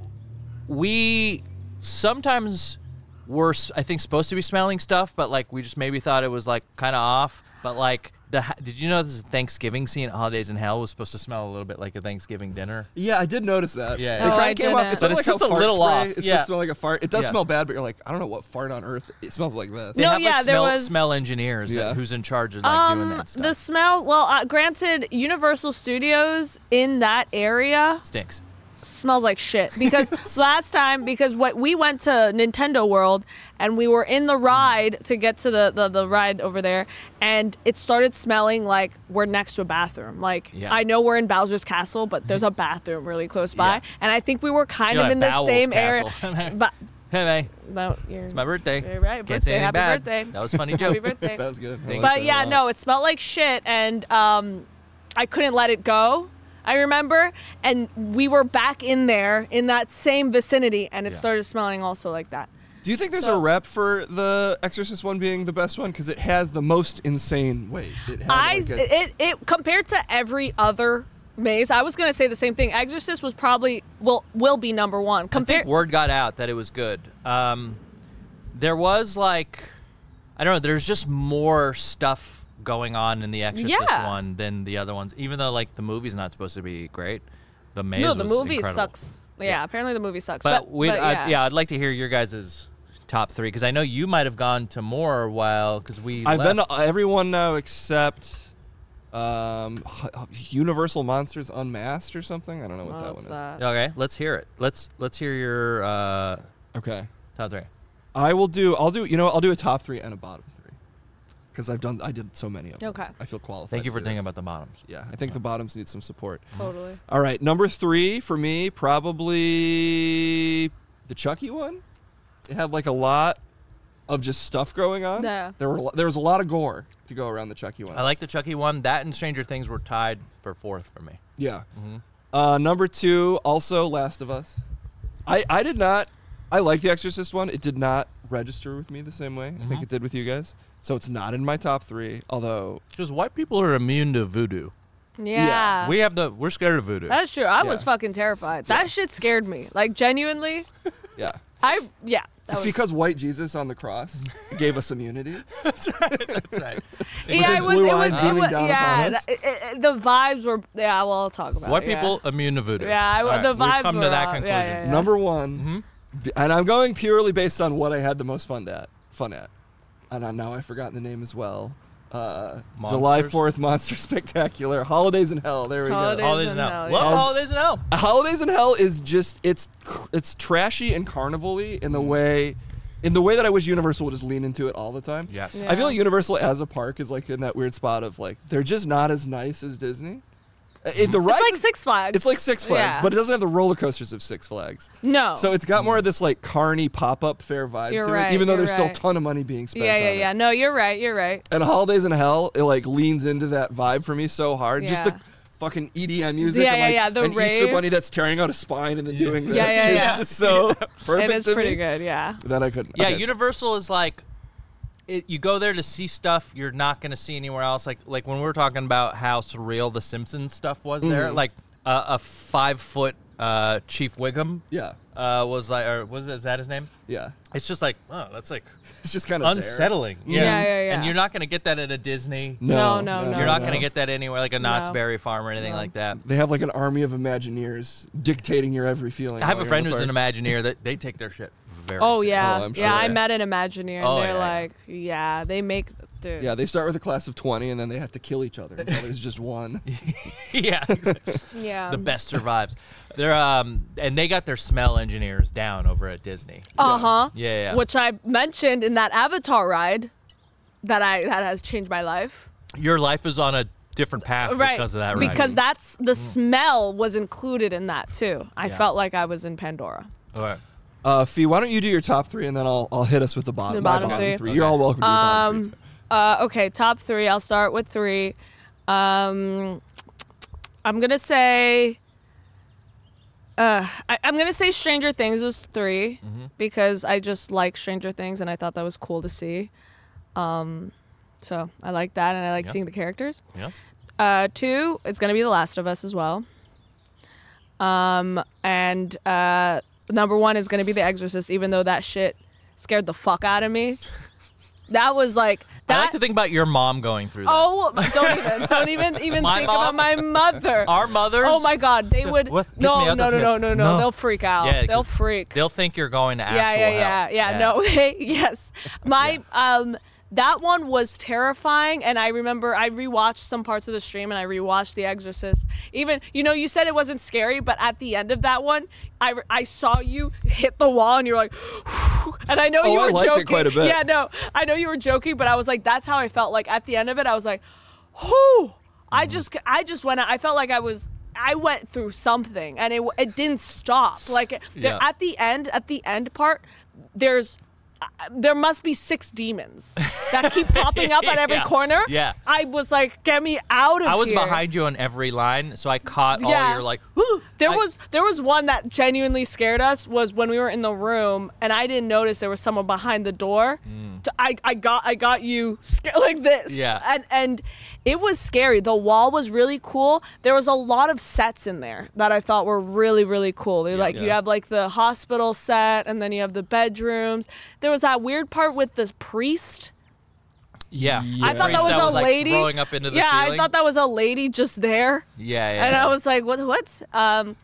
we sometimes were s- I think supposed to be smelling stuff, but like we just maybe thought it was like kind of off. But like The ha- did you know this is Thanksgiving scene at Holidays in Hell was supposed to smell a little bit like a Thanksgiving dinner? Yeah, I did notice that. Yeah, It yeah. Oh, kind I of came didn't. off. It's, sort of But it's like how just a fart little spray- off, It's supposed yeah. to smell like a fart. It does Yeah. smell bad, but you're like, I don't know what fart on earth. It smells like this. They No, have, Oh, yeah, like, there smell, was- smell engineers Yeah. that, who's in charge of like doing Um, that stuff. the smell. Well, uh, granted, Universal Studios in that area stinks. smells like shit *laughs* because last time because what we went to Nintendo World and we were in the ride to get to the, the the ride over there and it started smelling like we're next to a bathroom like Yeah. Mm-hmm. I know we're in Bowser's Castle but there's a bathroom really close by Yeah. and I think we were kind You're of like in the Bowel's same area Castle. *laughs* but Hey, man, no you're it's my birthday. You're right, Can't birthday, say anything happy bad. birthday. That was a *laughs* funny happy joke. *laughs* birthday That was good. But I liked but that a yeah lot. no it smelled like shit and um i couldn't let it go i remember and we were back in there in that same vicinity and it Yeah. started smelling also like that Do you think there's So- a rep for the Exorcist one being the best one because it has the most insane weight? It had i like a- it, it compared to every other maze i was going to say the same thing exorcist was probably will will be number one I compared think word got out that it was good. Um, there was like, I don't know. There's just more stuff going on in the Exorcist Yeah. one than the other ones. Even though like the movie's not supposed to be great, the maze no the was movie incredible. sucks yeah, apparently the movie sucks But, but, we, but yeah. I, yeah, I'd like to hear your guys' top three because I know you might have gone to more while because we. I've been left. to everyone now except um, Universal Monsters Unmasked or something. I don't know what that one What's is. that? okay, let's hear it. Let's let's hear your uh, Okay, top three. I will do. I'll do. You know, what, I'll do a top three and a bottom three because I've done. I did so many of them. Okay. I feel qualified. Thank you to for do thinking this. about the bottoms. Yeah, I think the bottoms need some support. totally All right, number three for me, probably the Chucky one. It had like a lot of just stuff going on. Yeah. There were a lo- there was a lot of gore to go around the Chucky one. I like the Chucky one. That and Stranger Things were tied for fourth for me. yeah. Uh, number two, also Last of Us. I I did not. I like the Exorcist one. It did not register with me the same way. I think it did with you guys. So it's not in my top three. Although Because white people are immune to voodoo. yeah, We have the we're scared of voodoo. Uh. *laughs* that's true i was Yeah. fucking terrified that shit scared me like genuinely yeah, i yeah that it's was because white Jesus on the cross gave us immunity. That's right. *laughs* yeah, his it was. blue It eyes was. It beaming was down yeah, upon us. that- it- it- the vibes were. Yeah, well, I'll talk about White it, yeah. people immune to voodoo. Yeah, I- All the We've vibes come to were that out. Yeah, conclusion. yeah, yeah. Number one, b- and I'm going purely based on what I had the most fun at. Fun at, and I, now I've forgotten the name as well. Uh, July Monsters? Fourth Monster *laughs* Spectacular, Holidays in Hell. There we Holidays. go. Holidays in in hell. Hell, Love yeah. holidays in hell. Holidays in Hell is just it's cr- it's trashy and carnival-y in the way. In the way that I wish Universal would just lean into it all the time. Yes. I feel Yeah. like Universal as a park is like in that weird spot of like they're just not as nice as Disney. Uh, It, the rides, It's like Six Flags. it's like Six Flags, Yeah. but it doesn't have the roller coasters of Six Flags. no. So it's got more of this like carny pop up fair vibe You're to right, it, even though you're there's still a right. ton of money being spent. yeah, yeah, on yeah. It. No, you're right. You're right. And Holidays in Hell, it like leans into that vibe for me so hard. Just the Yeah. fucking EDM music. Yeah, and, yeah, like, yeah, the an Easter rave. Bunny that's tearing out a spine and then doing this. Yeah, yeah, It's yeah. just so *laughs* perfect. It is to pretty me good. Yeah. That I couldn't. Yeah, okay. Universal is like, it, you go there to see stuff you're not going to see anywhere else. Like like when we were talking about how surreal the Simpsons stuff Mm-hmm. was there, like uh, a five foot uh, Chief Wiggum Yeah, uh, was like, or was is that his name? yeah. It's just like, oh, that's like It's just kind of unsettling. Yeah, yeah, yeah. And you're not going to get that at a Disney. Mm-hmm. No, No, no, no, no. You're not going no. to get that anywhere, like a Knott's No. Berry Farm or anything like that. They have like an army of Imagineers dictating your every feeling. I have a while you're in friend the who's park. an Imagineer that they take their shit very. Oh seriously. yeah. I'm Yeah, sure. I met an Imagineer, and Oh, they're yeah, yeah. like, yeah. they make. Dude. Yeah, they start with a class of twenty, and then they have to kill each other until there's *laughs* just one. yeah. exactly. Yeah. the best survives. They're um and they got their smell engineers down over at Disney. Uh huh. Yeah, yeah, yeah. Which I mentioned in that Avatar ride, that I that has changed my life. Your life is on a different path right because of that, right? Because that's the smell was included in that too. I Yeah. felt like I was in Pandora. All right. Uh, Fee, why don't you do your top three and then I'll I'll hit us with the bottom. The my bottom three? You're all welcome. To your bottom three, too. Uh, okay, top three. I'll start with three. Um, I'm gonna say. Uh, I, I'm gonna say Stranger Things was 3 because I just like Stranger Things and I thought that was cool to see. Um, so I like that and I like Yeah. seeing the characters. Yes. Uh, two, it's gonna be The Last of Us as well. Um, and uh, number one is gonna be The Exorcist, even though that shit scared the fuck out of me. that was like that. I like to think about your mom going through that. *laughs* oh, don't even, don't even, even My think mom? about my mother. Our mothers. oh my God, they would. What? Get me No, out no, of no, here. no, no, no, No. They'll freak out. Yeah, they'll 'cause freak. They'll think you're going to actual yeah, yeah, yeah, hell. yeah, No, *laughs* they, yes, my um, that one was terrifying, and I remember I rewatched some parts of the stream, and I rewatched The Exorcist. Even you know, you said it wasn't scary, but at the end of that one, I I saw you hit the wall, and you were like, *sighs* and I know Oh, you I were liked it joking. quite a bit. Yeah, no, I know you were joking, but I was like, that's how I felt. Like at the end of it, I was like, whoo! I just, I just went. out- I felt like I was, I went through something, and it, it didn't stop. Like it- there- Yeah. at the end, at the end part, there's. uh, There must be six demons that keep popping up at every *laughs* Yeah, corner. yeah. I was like, get me out of here. I was behind you on every line, so I caught all Yeah. your like. *gasps* "Ooh." There I- was there was one that genuinely scared us was when we were in the room and I didn't notice there was someone behind the door. T- I, I got I got you *laughs* sca- like this. Mm. Yeah. And and it was scary. The wall was really cool. There was a lot of sets in there that I thought were really really cool. They like you Yeah. have like the hospital set and then you have the bedrooms. There was that weird part with the priest. Yeah. I thought Priest that was a like, lady throwing up into the yeah, ceiling. I thought that was a lady just there Yeah, yeah. and yeah. I was like, what? What? Um,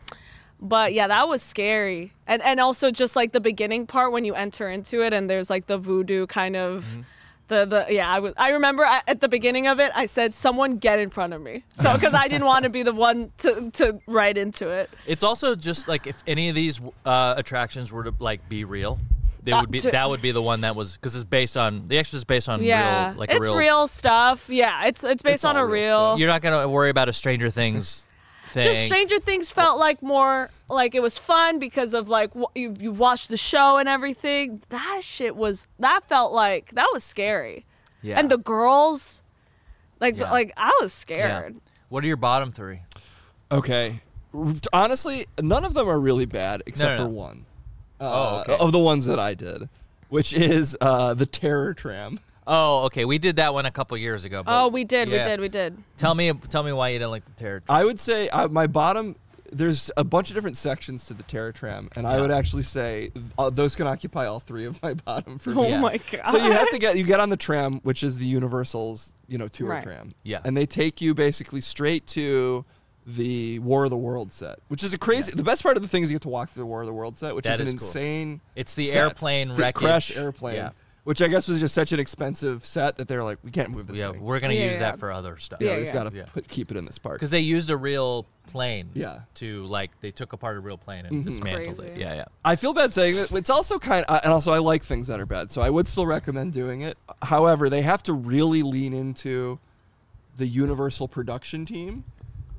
but yeah, that was scary, and and also just like the beginning part when you enter into it, and there's like the voodoo kind of. Mm-hmm. The, the yeah I was I remember I, at the beginning of it I said someone get in front of me so because I didn't want to be the one to to write into it It's also just like if any of these uh, attractions were to like be real, they Uh, would be. to- that would be the one that was because it's based on the extra is based on yeah real, like a it's real. real, stuff yeah it's it's based on all a real real, You're not gonna worry about a Stranger Things thing. just Stranger Things felt like more like it was fun because of like wh- you you watched the show and everything. That shit was that felt like that was scary. Yeah. And the girls, like Yeah. like I was Yeah. scared. What are your bottom three? Okay. R- Honestly, none of them are really bad except no, no. for one. Oh, Uh, okay. Of the ones that I did, which is uh, the Terror Tram. Oh, okay. We did that one a couple years ago. but- Oh, we did, yeah. we did, we did. Tell me, tell me why you didn't like the terror. I would say uh, my bottom. There's a bunch of different sections to the Terror Tram, and I would actually say uh, those can occupy all three of my *laughs* bottom for me. Oh Yeah. my god. So you have to get you get on the tram, which is the Universal's you know tour Right. tram. Yeah. and they take you basically straight to the War of the World set, which is a crazy. The best part of the thing is you get to walk through the War of the World set, which That is an is cool. insane. It's the set. airplane It's a wreckage. crash airplane. Yeah. Which I guess was just such an expensive set that they're like, we can't move this Yeah, thing. we're gonna Yeah, use yeah. that for other stuff. yeah, Yeah, we just yeah. gotta Yeah. put, keep it in this park. because they used a real plane. Yeah. To like they took apart a real plane and dismantled it. Crazy. Yeah, yeah. I feel bad saying that. It's also kind of, and also I like things that are bad, so I would still recommend doing it. However, they have to really lean into the Universal production team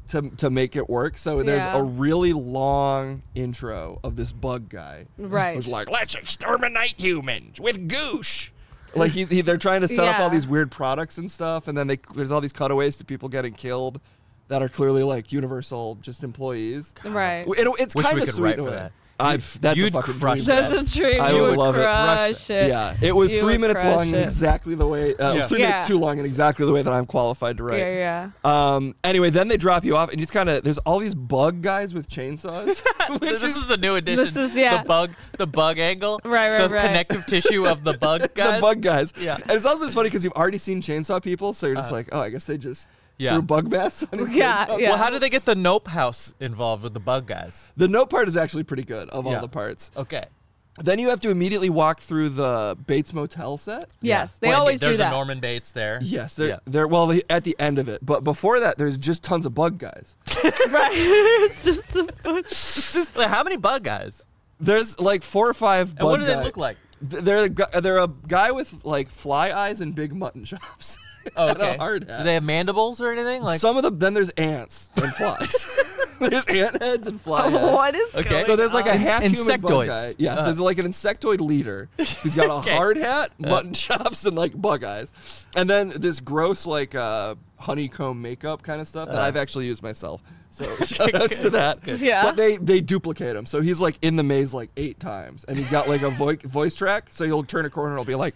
to to make it work. So there's Yeah. a really long intro of this bug guy. Right. who's like, let's exterminate humans with goosh. Like he, he, they're trying to set up all Yeah. these weird products and stuff, and then they, there's all these cutaways to people getting killed that are clearly like Universal just employees. right. It, it's Wish we kind of could sweet write in a for way. that. I've, that's you'd a fucking crush dream. that. *laughs* That's a dream. I you would would love it. crush it. Yeah, it was You three would minutes crush long, and it. exactly the way. Uh, Yeah. Three Yeah. minutes too long, and exactly the way that I'm qualified to write. Yeah, yeah. Um. Anyway, then they drop you off, and you just kind of there's all these bug guys with chainsaws. *laughs* this is, a new addition. This is- yeah. The bug, the bug angle. *laughs* Right, right, The right. connective tissue of the *laughs* bug guys. the bug guys. Yeah. And it's also just funny because you've already seen chainsaw people, so you're just like, oh, I guess they just Yeah. threw bug mats on his Yeah, chainsaw. yeah. Well, how did they get the Nope House involved with the bug guys? The note part is actually pretty good of Yeah. all the parts. Okay. Then you have to immediately walk through the Bates Motel set. Yes, they Well, always there's do that. a Norman Bates there. Yes, they're, Yeah. they're well they, at the end of it, but before that, there's just tons of bug guys. *laughs* right. it's just a *laughs* It's just like, how many bug guys? There's like four or five. And Bug what do they guy- look like? Th- They're a gu- they're a guy with like fly eyes and big mutton chops. *laughs* Oh, And a okay. hard do hat. they have mandibles or anything? Like Some of them. Then there's ants *laughs* and flies. *laughs* there's ant heads and fly heads. what is Okay. Um, going So there's like a on? half human Insectoids. Uh. bug guy. Yeah, so there's like an insectoid leader *laughs* who's got a hard hat, Uh. mutton chops, and like bug eyes, and then this gross like uh, honeycomb makeup kind of stuff Uh. that I've actually used myself. *laughs* So shout outs to that. Yeah. But they they duplicate him, so he's like in the maze like eight times, and he's got like a vo- *laughs* voice track. So you'll turn a corner and it'll be like.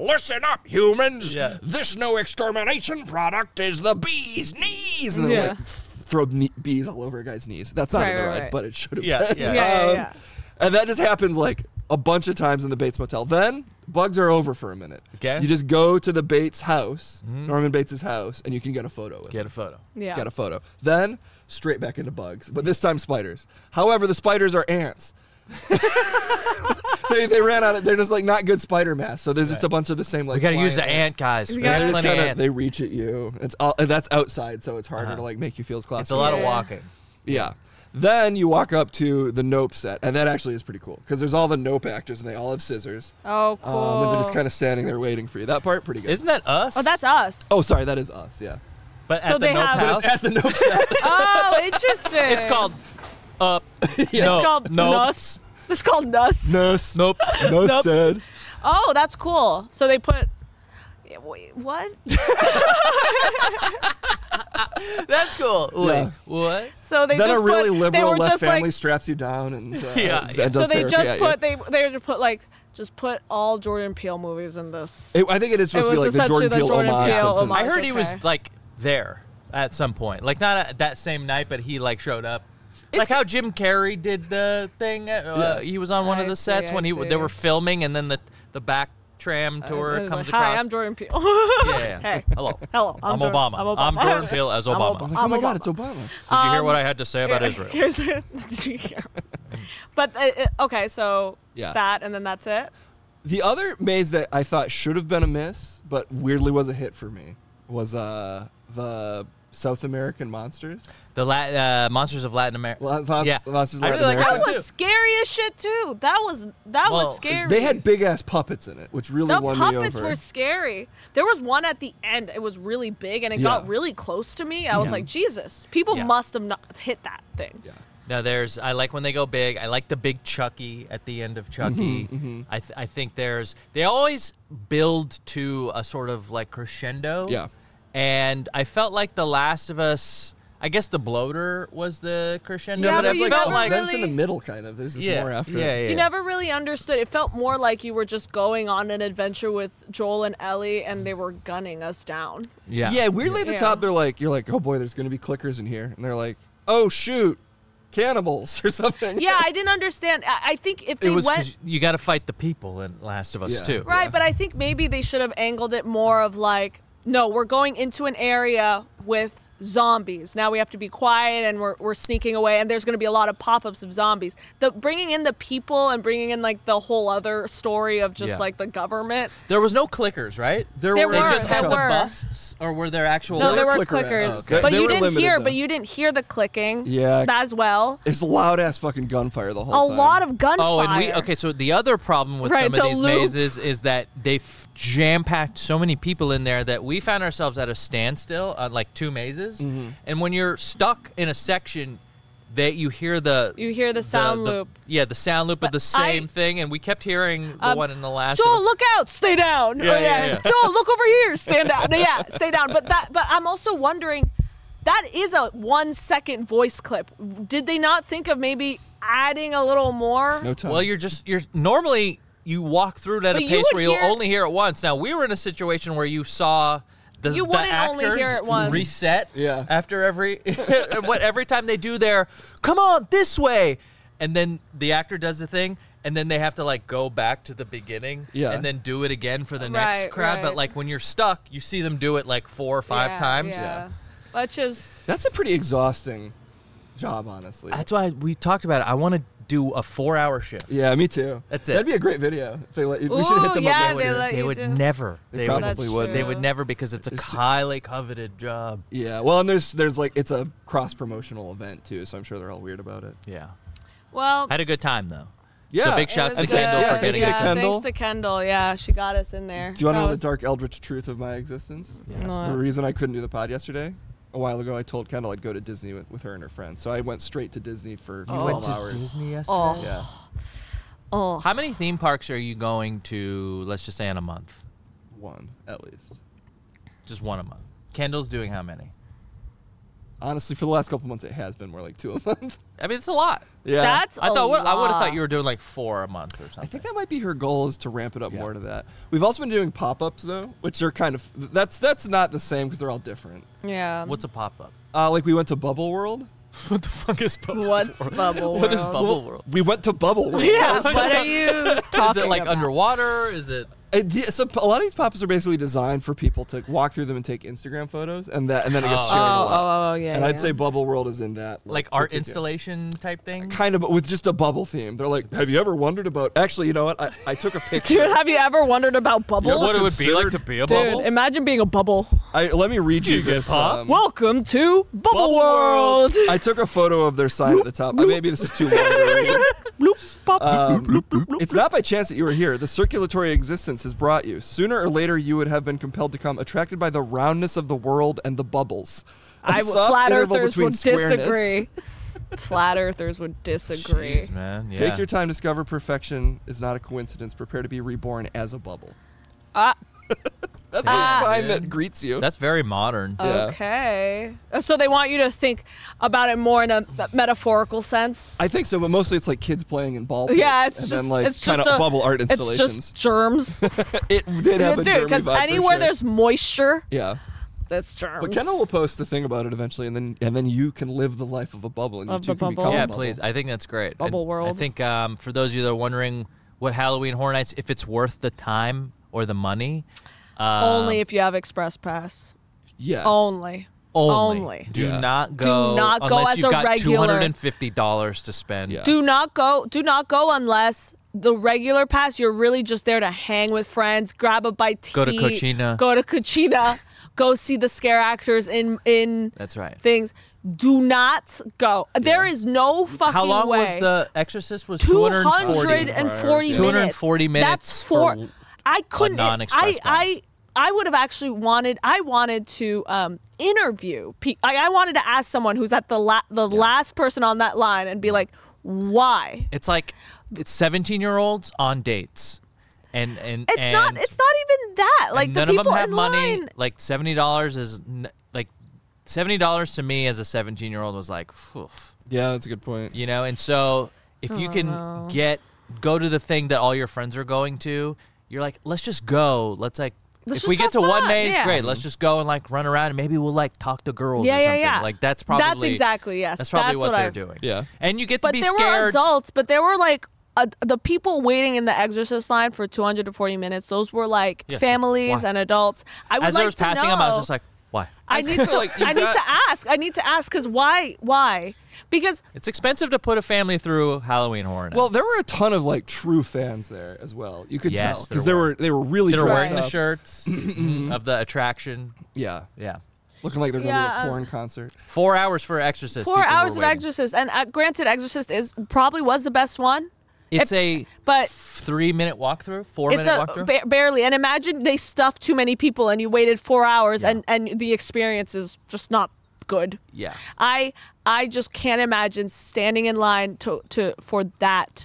Listen up, humans! Yeah. This no extermination product is the bee's knees, and then Yeah. like throw kne- bees all over a guy's knees. That's not Right, in the right, right, right. but it *laughs* should have Yeah, been. yeah. Yeah, yeah, Um, yeah. And that just happens like a bunch of times in the Bates Motel. Then bugs are over for a minute. Okay. Mm-hmm. You just go to the Bates house, Norman Bates' house, and you can get a photo with Get a photo. Yeah. get a photo. Then straight back into bugs, but this time spiders. However, the spiders are ants. *laughs* they, they ran out of they're just like not good spider mass. So there's just a bunch of the same like We gotta use the flying- ant guys. We gotta got They're just plenty of kinda, ants. they reach at you. It's all, and that's outside, so it's harder Uh-huh. to like make you feel as It's classy. a lot of Yeah. walking. yeah. Then you walk up to the Nope set, and that actually is pretty cool because there's all the Nope actors, and they all have scissors, Oh, cool. um, and they're just kind of standing there waiting for you. That part pretty good. Isn't that us? oh, that's us. oh, sorry, that is *laughs* us. Yeah, But So at the they Nope have- But house. it's at the Nope *laughs* set. *laughs* Oh, interesting. It's called up. Yeah. No, *laughs* It's called nope. Nuss. It's called Nuss. Nuss, Nope. Nuss said. Oh, that's cool. So they put. Yeah, wait, What? *laughs* That's cool. Wait, Yeah. what? So they then just a really put, they liberal were left just family like straps you down *laughs* and uh, Yeah, and yeah. does so they therapy just at you. put they they just put like just put all Jordan Peele movies in this. It- I think it is supposed it to be was like the essentially Jordan the Peele Jordan homage. Peele something. homage. I heard he was okay. like there at some point, like not at that same night, but he like showed up. like how Jim Carrey did the thing. Uh, Yeah. He was on one of I the see, sets I when he see. Uh, they were filming, and then the the back tram tour It was comes like, across. Hi, I'm Jordan Peele. *laughs* yeah, *laughs* yeah. hey, Hello. hello. I'm, I'm, Jordan, Obama. I'm Obama. Jordan Peele as I'm Obama. I'm Did like, oh my Obama. god, it's Obama. you hear what Um, I had to say about Israel? *laughs* Here's it. Did you hear? *laughs* But uh, it- okay, so Yeah. that and then that's it. The other maze that I thought should have been a miss, but weirdly was a hit for me, was uh, the South American monsters. The La- uh, monsters of Latin America. Lo- lo- yeah, Monsters of I Latin really like That America. that one was too. scary as shit too. That was that Well, was scary. They had big ass puppets in it, which really the won me puppets over. were scary. There was one at the end. It was really big and it Yeah. got really close to me. I was Yeah. like, Jesus, people Yeah. must have not hit that thing. yeah. No, there's. I like when they go big. I like the big Chucky at the end Mm-hmm, of Chucky. I, th- I think there's. They always build to a sort of like crescendo. Yeah. And I felt like The Last of Us. I guess the bloater was the crescendo, Yeah, but, but I you felt never like Then it's in the really- middle, kind of. There's just yeah, more after. yeah, it. yeah, You yeah. never really understood. It felt more like you were just going on an adventure with Joel and Ellie and they were gunning us down. Yeah. Yeah, weirdly at the Yeah. top they're like, you're like, oh boy, there's gonna be clickers in here, and they're like, oh shoot, cannibals *laughs* or something. Yeah, I didn't understand. I, I think if It they was went 'cause you got to fight the people in Last of Us Yeah. too. Right, Yeah. but I think maybe they should have angled it more of like, no, we're going into an area with zombies. Now we have to be quiet and we're, we're sneaking away, and there's going to be a lot of pop ups of zombies. The bringing in the people and bringing in like the whole other story of just Yeah. like the government. There was no clickers, right? There they were- just had there the were. busts, or were there actual? No, were there were clicker- clickers, oh, okay. but They you were didn't limited, hear. though. But you didn't hear the clicking. Yeah. as well. It's loud ass fucking gunfire the whole A time. lot of gunfire. Oh, and we okay. So the other problem with Right, some of the these loop. mazes is that they f- jam packed so many people in there that we found ourselves at a standstill on like two mazes. Mm-hmm. And when you're stuck in a section, that you hear the You hear the sound loop. Yeah, the sound loop of the But I- same thing, and we kept hearing the Um, one in the last. Joel, look out! Stay down. Yeah, oh, yeah, yeah. yeah. Joel, look over *laughs* here. Stand down. No, yeah, stay down. But that. But I'm also wondering, that is a one second voice clip. Did they not think of maybe adding a little more? No time. well, you're just you're normally you walk through it at But a you pace would where you'll hear- only hear it once. Now we were in a situation where you saw. The, the You wouldn't only hear actors it once. Reset. Yeah. After every, *laughs* what every time they do their, come on this way, and then the actor does the thing, and then they have to like go back to the beginning, Yeah. and then do it again for the Right, next crowd. But right. like when you're stuck, you see them do it like four or five Yeah, times. Yeah. Which is That's a pretty exhausting job, honestly. That's why we talked about it. I want to do a four-hour shift. yeah, me too. That's it. That'd be a great video. If they let you, we should hit Ooh, them yeah, up they later. let- They you would do. never. They They would probably That's would. They Yeah. would never because it's a It's too- highly coveted job. Yeah. Well, and there's there's like it's a cross promotional event too, so I'm sure they're all weird about it. Yeah. well. I had a good time though. Yeah. eh, So big it shout was to And good. Kendall yeah, for getting thank us. you, in. Kendall. Thanks to Kendall. Yeah, she got us in there. Do you want to That know was- the dark eldritch truth of my existence? Yes. No. The reason I couldn't do the pod yesterday, a while ago, I told Kendall I'd go to Disney with, with her and her friends. So I went straight to Disney for You 12 went to hours. Oh, Yeah. oh. How many theme parks are you going to? Let's just say in a month, One, at least. just one a month. Kendall's doing how many? Honestly, for the last couple months, it has been more like two a month. *laughs* I mean, it's a lot. yeah. That's I a thought what, I would have lot. thought you were doing like four a month or something. I think that might be her goal is to ramp it up Yeah. more to that. We've also been doing pop-ups though, which are kind of that's that's not the same because they're all different. Yeah. What's a pop up? Uh, like we went to Bubble World. *laughs* what the fuck *laughs* is bubble? *laughs* *laughs* What's bubble? What is *laughs* World? bubble world? *laughs* We went to Bubble World. *laughs* Yeah. What are you talking Is it like about? underwater? Is it It, the, so a lot of these pop-ups are basically designed for people to walk through them and take Instagram photos, and that and then it gets Oh. shared a Oh, lot. oh, oh, yeah, And I'd yeah. say Bubble World is in that, like art particular- installation type thing. kind of, but with just a bubble theme. They're like, have you ever wondered about? Actually, you know what? I, I took *laughs* a picture. *laughs* Dude, have you ever wondered about bubbles? What it would be like to be a Dude, imagine being a bubble. I, let me read you, You get this. popped? um, Welcome to Bubble, Bubble World. I took a photo of their sign at the top. Uh, maybe this is too long. to *laughs* read. *laughs* Bloop, pop, bloop, Um, bloop, bloop, bloop. It's not by chance that you are here. The circulatory existence has brought you. Sooner or later, you would have been compelled to come, attracted by the roundness of the world and the bubbles. A I w- soft flat interval earthers between would squareness. *laughs* disagree. flat earthers would disagree. Jeez, man. Yeah. Take your time. Discover perfection is not a coincidence. Prepare to be reborn as a bubble. Ah, That's Ah. the sign that greets you. That's very modern. Oh, Yeah. okay. Uh, So they want you to think about it more in a metaphorical sense. I think so, but mostly it's like kids playing in ball pits Yeah, it's and just then like it's kind just of a- bubble art It's installations. *laughs* just germs. it did have Dude, a Jeremy vibe. because for anywhere sure. there's moisture, yeah, that's germs. but Kendall will post a thing about it eventually, and then and then you can live the life of a bubble, and Of you the too can bubble. become a yeah, bubble. please. I think that's great. I- Bubble I world. think um, for those of you that are wondering what Halloween Horror Nights, if it's worth the time or the money, uh, Only if you have Express Pass. um, Yes. Only. only. Only. Do Yeah. not go. not go unless as you've a got regular. Two hundred and fifty dollars to spend. Yeah. Do not go. Do not go unless the regular pass. You're really just there to hang with friends, grab a bite to Go to eat, Cochina. Go to Cochina. go see the scare actors in in That's right. things. Do not go. There is no fucking How long way. was the Exorcist? Was two hundred and forty? 240 minutes. 240 minutes That's four. for I couldn't. non-express I, I I would have actually wanted. I wanted to um, interview. Pe- I, I wanted to ask someone who's at the la- the last person on that line and be like, why? It's like it's seventeen-year-olds on dates, and and It's and not. It's not even that. Like and the none people of them have in money. line. Like seventy dollars is n- like seventy dollars to me as a seventeen-year-old was like, oof, Yeah, that's a good point. you know. And so if you can Oh. get go to the thing that all your friends are going to, you're like, let's just go. Let's like. Let's if we just get to have one fun, maze, yeah. great. Let's just go and like run around, and maybe we'll like talk to girls Yeah, or yeah, something. yeah. Like that's probably That's exactly yes. That's probably what, I- they're doing. Yeah. and you get to But be there were scared. adults. But there were like. Uh, the people waiting in the exorcist line for 240 minutes, those were like Yeah, families why? and adults. I would As like I was to passing them, I was know- just like, why? I need to. like you I need got- to ask. I need to ask because why? Why? Because *laughs* It's expensive to put a family through Halloween Horror Nights. Well, there were a ton of like true fans there as well. You could Yes, tell there because they were. were they were really that are dressed wearing the up. *clears throat* shirts of the attraction. Yeah, Yeah, looking like they're going to Yeah, a um, corn concert. four hours for Exorcist. four people were hours of waiting. Exorcist, and uh, granted, Exorcist is probably was the best one, It's a but three-minute walkthrough, it's four-minute a walkthrough. ba- barely. And imagine they stuffed too many people, and you waited four hours, and and the experience is just not good. yeah, I I just can't imagine standing in line to to for that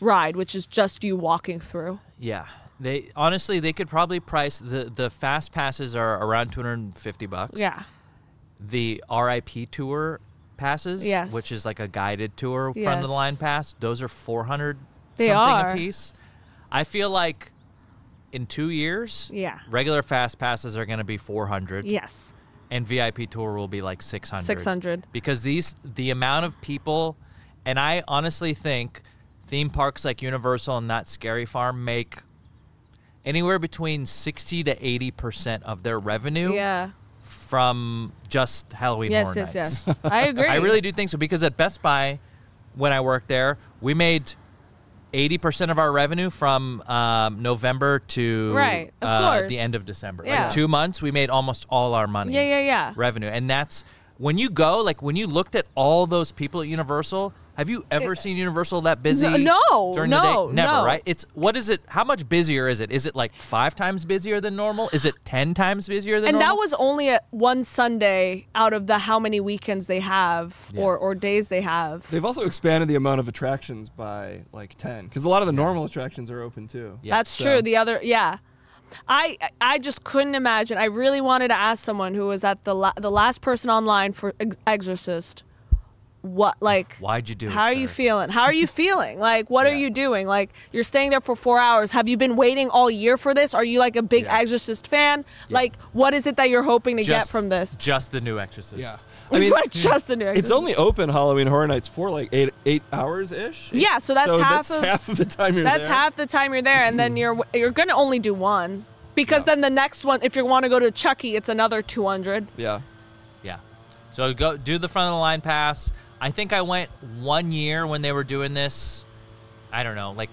ride, which is just you walking through. yeah. They honestly, they could probably price the the fast passes are around two hundred and fifty bucks. Yeah. the RIP tour passes, Yes. which is like a guided tour front of the line Yes. pass. Those are 400 They something are. a piece. I feel like in 2 years, Yeah. regular fast passes are going to be 400 Yes. and VIP tour will be like 600. 600. Because these the amount of people and I honestly think theme parks like Universal and that Scary Farm make anywhere between 60 to 80% of their revenue Yeah. from just Halloween Yes. Horror Yes. Nights. *laughs* Yes. I agree. I really do think so because at Best Buy, when I worked there, we made eighty percent of our revenue from um, November to Right, of uh, course. the end of December. Yeah. Like two months, we made almost all our money. Yeah, yeah, yeah. Revenue, and that's when you go. Like when you looked at all those people at Universal. Have you ever seen Universal that busy? no, during no, the day, never. no. Right? It's what is it? How much busier is it? Is it like five times busier than normal? Is it ten times busier than and normal? that was only a, one Sunday out of the how many weekends they have or, or days they have. They've also expanded the amount of attractions by like ten because a lot of the normal attractions are open too. Yeah, That's so- true. The other, yeah, I I just couldn't imagine. I really wanted to ask someone who was at the la- the last person online for ex- Exorcist, what like Why'd you do it, how are you sir? feeling how are you feeling *laughs* like what are Yeah. you doing like you're staying there for four hours have you been waiting all year for this are you like a big Yeah. exorcist fan like what is it that you're hoping to get Just- *laughs* from this Just the new Exorcist. Yeah. I *laughs* mean, We're just a new it's Exorcist. only open Halloween Horror Nights for like eight eight hours ish. Yeah, so that's half of- half of the time you're That's there. half the time you're there, and then you're you're gonna only do one because then the next one, if you want to go to Chucky, it's another two hundred. Yeah. Yeah. So go do the front of the line pass. I think I went one year when they were doing this. I don't know, like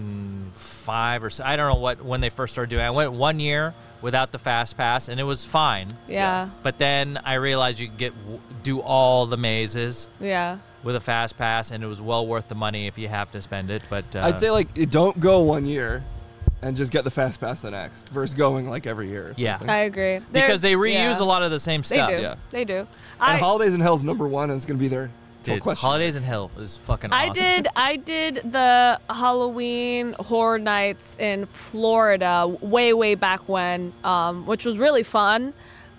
2005 or so. I don't know what when they first started doing. it. I went one year without the fast pass, and it was fine. Yeah. But then I realized you could get w- do all the mazes yeah, with a fast pass, and it was well worth the money if you have to spend it. But uh, I'd say like you don't go one year, and just get the fast pass the next versus going like every year. or Yeah. something. I agree. because they reuse yeah. a lot of the same They stuff. do. yeah. They do. And I Holidays in Hell's number one, and it's gonna be there. till Dude, question. Holidays in Hell is fucking I awesome. did I did the Halloween horror nights in Florida way way back when, um, which was really fun.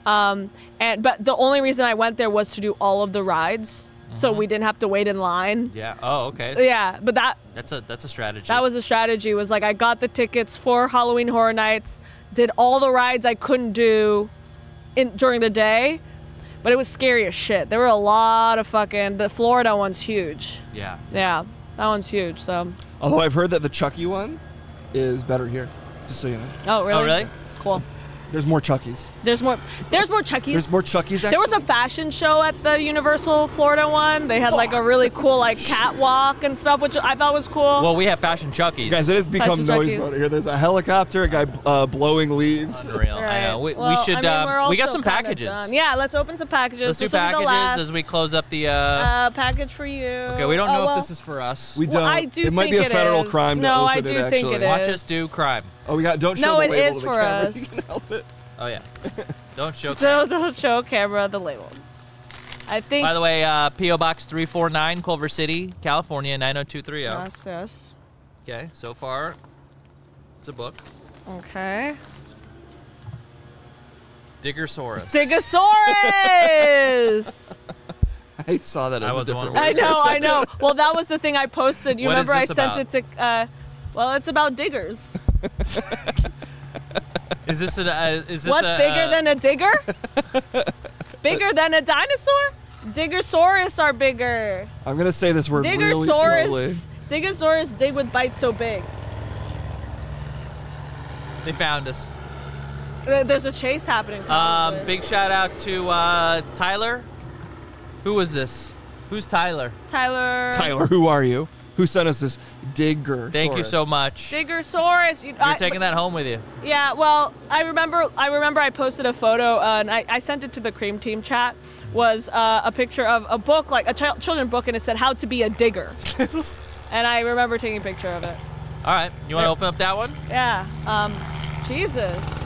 Um, and but the only reason I went there was to do all of the rides, so we didn't have to wait in line. Mm-hmm. Yeah. Oh, okay. Yeah, but that That's a that's a strategy. That was a strategy. Was like I got the tickets for Halloween Horror Nights, did all the rides I couldn't do in during the day, but it was scary as shit. There were a lot of fucking. The Florida one's huge. yeah. Yeah, that one's huge. So, Although I've heard that the Chucky one is better here. Just so you know, oh really? really? Cool. there's more Chuckies. There's more. There's more Chucky's. There's more Chuckies. there was a actually. fashion show at the Universal Florida one. They had like a really cool like catwalk and stuff, which I thought was cool. Well, we have fashion Chuckies. Guys, it has become Fashion noise Chuckies. mode here. There's a helicopter, a guy uh, blowing leaves. Unreal. I know. Right. We, Well, we should. I mean, we're um, we got also some kinda packages. done. Yeah, let's open some packages. Let's do This will be the packages last. as we close up the. Uh, Uh, package for you. okay, we don't Oh, know well- if this is for us. We We don't. Well, I do it might think be a it federal is. crime to No, open I do it. think actually. it watch is. us do crime. Oh, we got. Don't show No, the it label is to the for camera. *laughs* us. You can help it. Oh *laughs* yeah. Don't show. So *laughs* don't show camera the label. I think. By the way, uh, PO Box 349, Culver City, California 90230. Yes, yes. Okay, so far, it's a book. Okay. *laughs* Diggersaurus. Stegosaurus. I saw that I as a was different wondering. I word. for a know, I *laughs* second. know. Well, that was the thing I posted. You What is remember I this sent it to. Uh, well, it's about *laughs* diggers. Is this a? Uh, is this What's a, bigger uh, than *laughs* a digger? bigger than a dinosaur? Diggersaurus are bigger. I'm gonna say this word really eh? slowly. Diggersaurus. Diggersaurus dig with bites so big. They found us. There- There's a chase happening. Um, probably. big shout out to uh, Tyler. Who was this? Who's Tyler? Tyler. Tyler, who are you? Who sent us this digger? Thank you so much. Diggersaurus. You, You're taking that home with you. Yeah. Well, I remember. I remember. I posted a photo, uh, and I, I sent it to the cream team chat. Was uh, a picture of a book, like a child children book, and it said "How to Be *laughs* a Digger," and I remember taking a picture of it. All right, you want to open up that one? Yeah. Um, Jesus,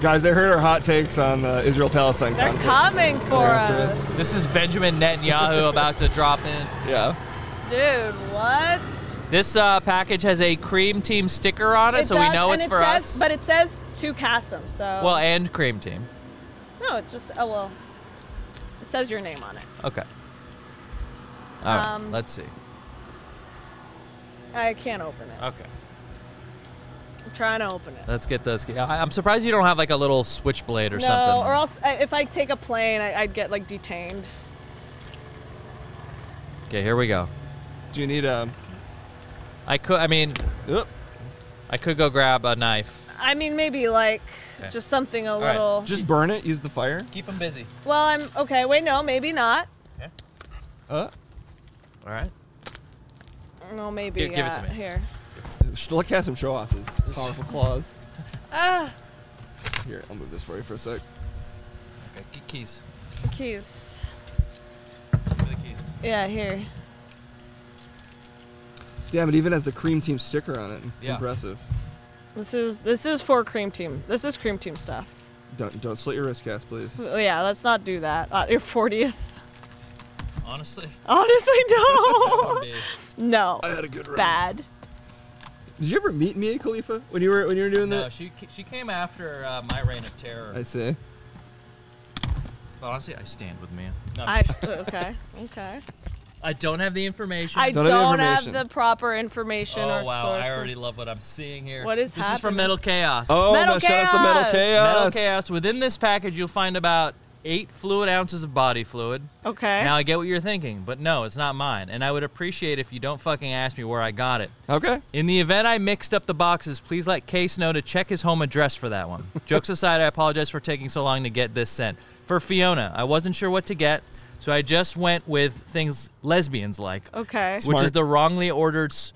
Guys, I heard our hot takes on the Israel-Palestine they're conflict. coming for after us, This is Benjamin Netanyahu *laughs* about to drop in. Yeah. dude. What? This uh, package has a cream team sticker on it, so we does- know and it's it for says, us. But um, it says to Cassim, so well, and cream team. no, it just oh well. It says your name on it. Okay. All right, Um, let's see. I can't open it. Okay, I'm trying to open it. let's get those. I- I'm surprised you don't have like a little switchblade or no, something. or else I, if I take a plane, I, I'd get like detained. okay, here we go. Do you need um? I could. I mean, oop, I could go grab a knife. I mean, maybe like Okay. just something a right. little. Just burn it. Use the fire. Keep them busy. Well, I'm okay. Wait, no, maybe not. Uh, All right. No, maybe. Give- give it to uh, me. Here. sh- let Cassim show off his powerful claws. ah. Here, I'll move this for you for a sec. Okay, get keys. Keys. Give me the keys. Yeah, here. Damn, it even has the cream team sticker on it. Yeah. Impressive. This is this is for cream team. This is cream team stuff. Don't don't slit your wrist, Cass, please. Yeah, let's not do that. Uh, your 40th. Honestly, *laughs* Honestly, that would no. be- no. I had a good run. Bad. Did you ever meet Mia Khalifa when you were when you were doing no, that? she she came after uh, my reign of terror. I see. Honestly, I stand with Mia. No, I'm I just- just, okay, okay. I don't have the information. I Don't don't, have have the information. proper information oh or wow! source. I already love what I'm seeing here. What is this is from happening? Metal Chaos. Oh, Metal man, shout out to Chaos! Metal Chaos. Metal chaos. Within this package, you'll find about eight fluid ounces of body fluid. Okay. Now I get what you're thinking, but no, it's not mine. And I would appreciate if you don't fucking ask me where I got it. Okay. In the event I mixed up the boxes, please let Case know to check his home address for that one. Jokes aside, I apologize for taking so long to get this sent. For Fiona, I wasn't sure what to get, so I just went with things lesbians like, okay. which is Smart. the wrongly ordered s-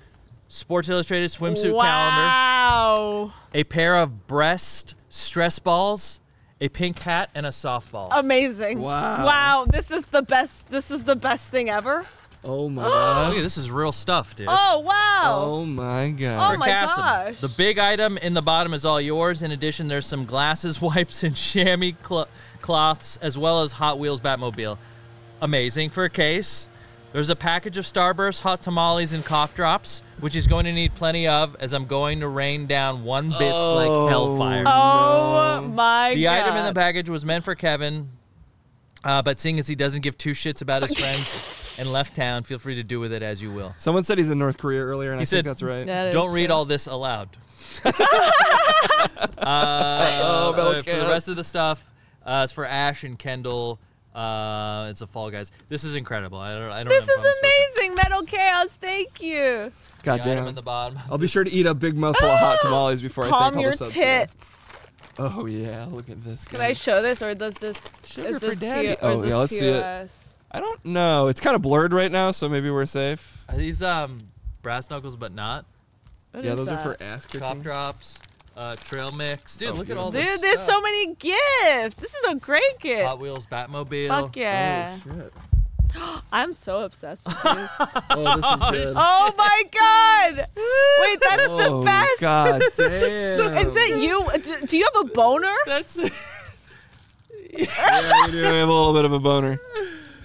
Sports Illustrated swimsuit calendar wow. a pair of breast stress balls, a pink hat, and a softball. Oh. Amazing. Wow. Wow. This is the best. This is the best thing ever. Oh my Look god. at this is real stuff, dude. Oh wow. Oh my Oh, god. my Cassam. gosh. The big item in the bottom is all yours. In addition, there's some glasses, *laughs* wipes, and chamois cl- cloths, as well as Hot Wheels Batmobile. Amazing for a case. There's a package of Starburst, hot tamales, and cough drops, which he's going to need plenty of, as I'm going to rain down one bits like hellfire. Oh my The god. item in the package was meant for Kevin, uh, but seeing as he doesn't give two shits about *laughs* his friends and left town, feel free to do with it as you will. Someone said he's in North Korea earlier, and He I said, think that's right. That is Don't read true. all this *laughs* aloud. oh, Metal Uh, for the Chaos. rest of the stuff, uh, it's for Ash and Kendall. Uh, it's a Fall Guys. This is incredible. I don't. I don't This know if is I'm supposed to- amazing, Metal Chaos. Thank you. God The item damn. in the bottom. I'll be sure to eat a big mouthful of hot tamales before I Ah! Calm thank your all the subs for it. tits. Oh yeah, look at this. Can I guys. show this, or does this Sugar is for this daddy. to or Oh, is this yeah, let's to see it. us? I don't know. It's kind of blurred right now, so maybe we're safe. Are these um brass knuckles, but not What yeah, is those that? are for ass cough kicking. drops, uh, trail mix. Dude, Oh, look at yeah. all Dude, this. there's stuff. so many gifts. This is a great gift. Hot Wheels, Batmobile. Fuck yeah. Oh *laughs* shit. I'm so obsessed with this. Oh, this is good. oh my god. Wait, that's Oh, the best. *laughs* God damn. Is it you? Do, do you have a boner? That's. Yeah, we do have a little bit of a boner.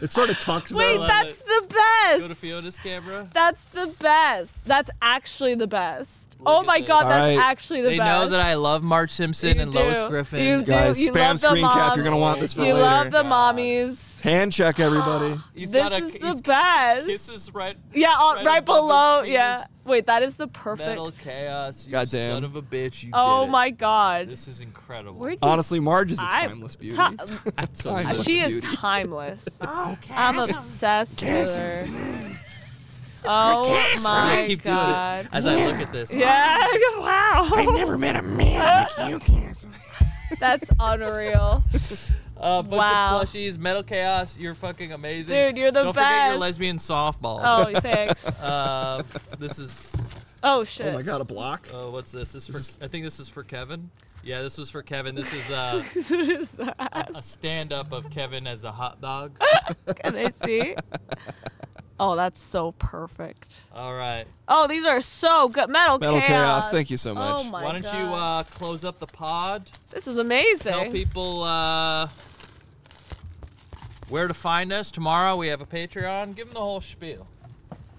It's sort of tucked Wait, love that's it. the Go to best. Fiona's camera. That's the best. That's actually the best. oh at my this. god, All that's right. actually the they best. know that I love Marge Simpson You and Lois do. Griffin. You do. Guys, you spam love the screen cap. You're moms. gonna want this for You later. love the God. mommies. Hand *gasps* check, everybody. He's this got a- is he's the best. Kisses right. Yeah, on, right right, above his below. penis. Yeah. Wait, that is the perfect. Metal chaos. You Goddamn. son of a bitch. You oh did it. my god. This is incredible. Where'd you Honestly, Marge is a I'm timeless beauty. ti- Timeless she is beauty. timeless. I'm obsessed with her. *laughs* Oh I my keep god. doing it as I look at this. Yeah, *laughs* wow. I've never met a man like you, *laughs* That's unreal. Uh, bunch Wow. of plushies, metal chaos. You're fucking amazing, Dude, you're the Don't forget your best. lesbian softball. Oh, *laughs* thanks. Uh, this is. Oh shit. Oh my god, a block. Uh, what's this? This is for. I think this is for Kevin. Yeah, this was for Kevin. This is uh, *laughs* what is that? a stand-up of Kevin as a hot *laughs* dog. Can I see? Oh, that's so perfect. All right. Oh, these are so good. Metal, Metal chaos. chaos. Thank you so much. Oh my Why don't you God. uh, close up the pod? This is amazing. Tell people uh, where to find us tomorrow. We have a Patreon. Give them the whole spiel. Oh,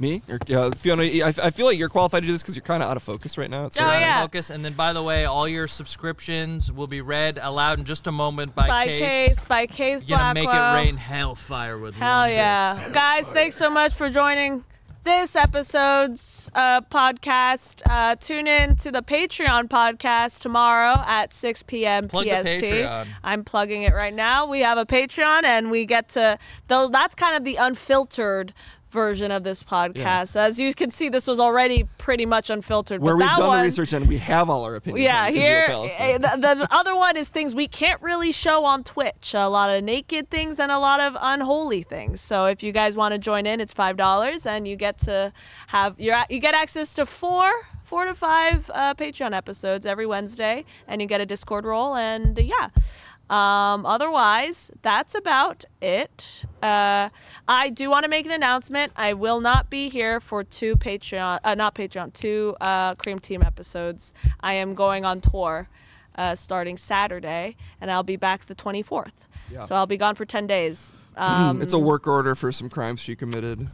Me? Or, uh, Fiona, I, I feel like you're qualified to do this because you're kind of out of focus right now. It's Oh, sort of- yeah. Focus. And then, by the way, all your subscriptions will be read aloud in just a moment by, by Case. case, by case, You're gonna make Blackwell. it rain hellfire with Hell long *laughs* yeah. dicks. Guys, thanks so much for joining this episode's uh, podcast. Uh, tune in to the Patreon podcast tomorrow at 6 p.m. Plug the PST. Patreon. I'm plugging it right now. We have a Patreon and we get to, though, that's kind of the unfiltered version of this podcast. As you can see, this was already pretty much unfiltered. Where but we've that done one, the research and we have all our opinions. yeah, on here eh, Israel-Palestine. *clears throat* the, the other one is things we can't really show on Twitch. A lot of naked things and a lot of unholy things. So if you guys want to join in, it's five dollars, and you get to have your you get access to four four to five uh, Patreon episodes every Wednesday, and you get a Discord role, and uh, yeah. Um, otherwise, that's about it. Uh, I do want to make an announcement. I will not be here for two Patreon, uh, not Patreon, two uh, Cream Team episodes. I am going on tour uh, starting Saturday, and I'll be back the 24th. So I'll be gone for 10 days. *clears throat* Um, it's a work order for some crimes she committed.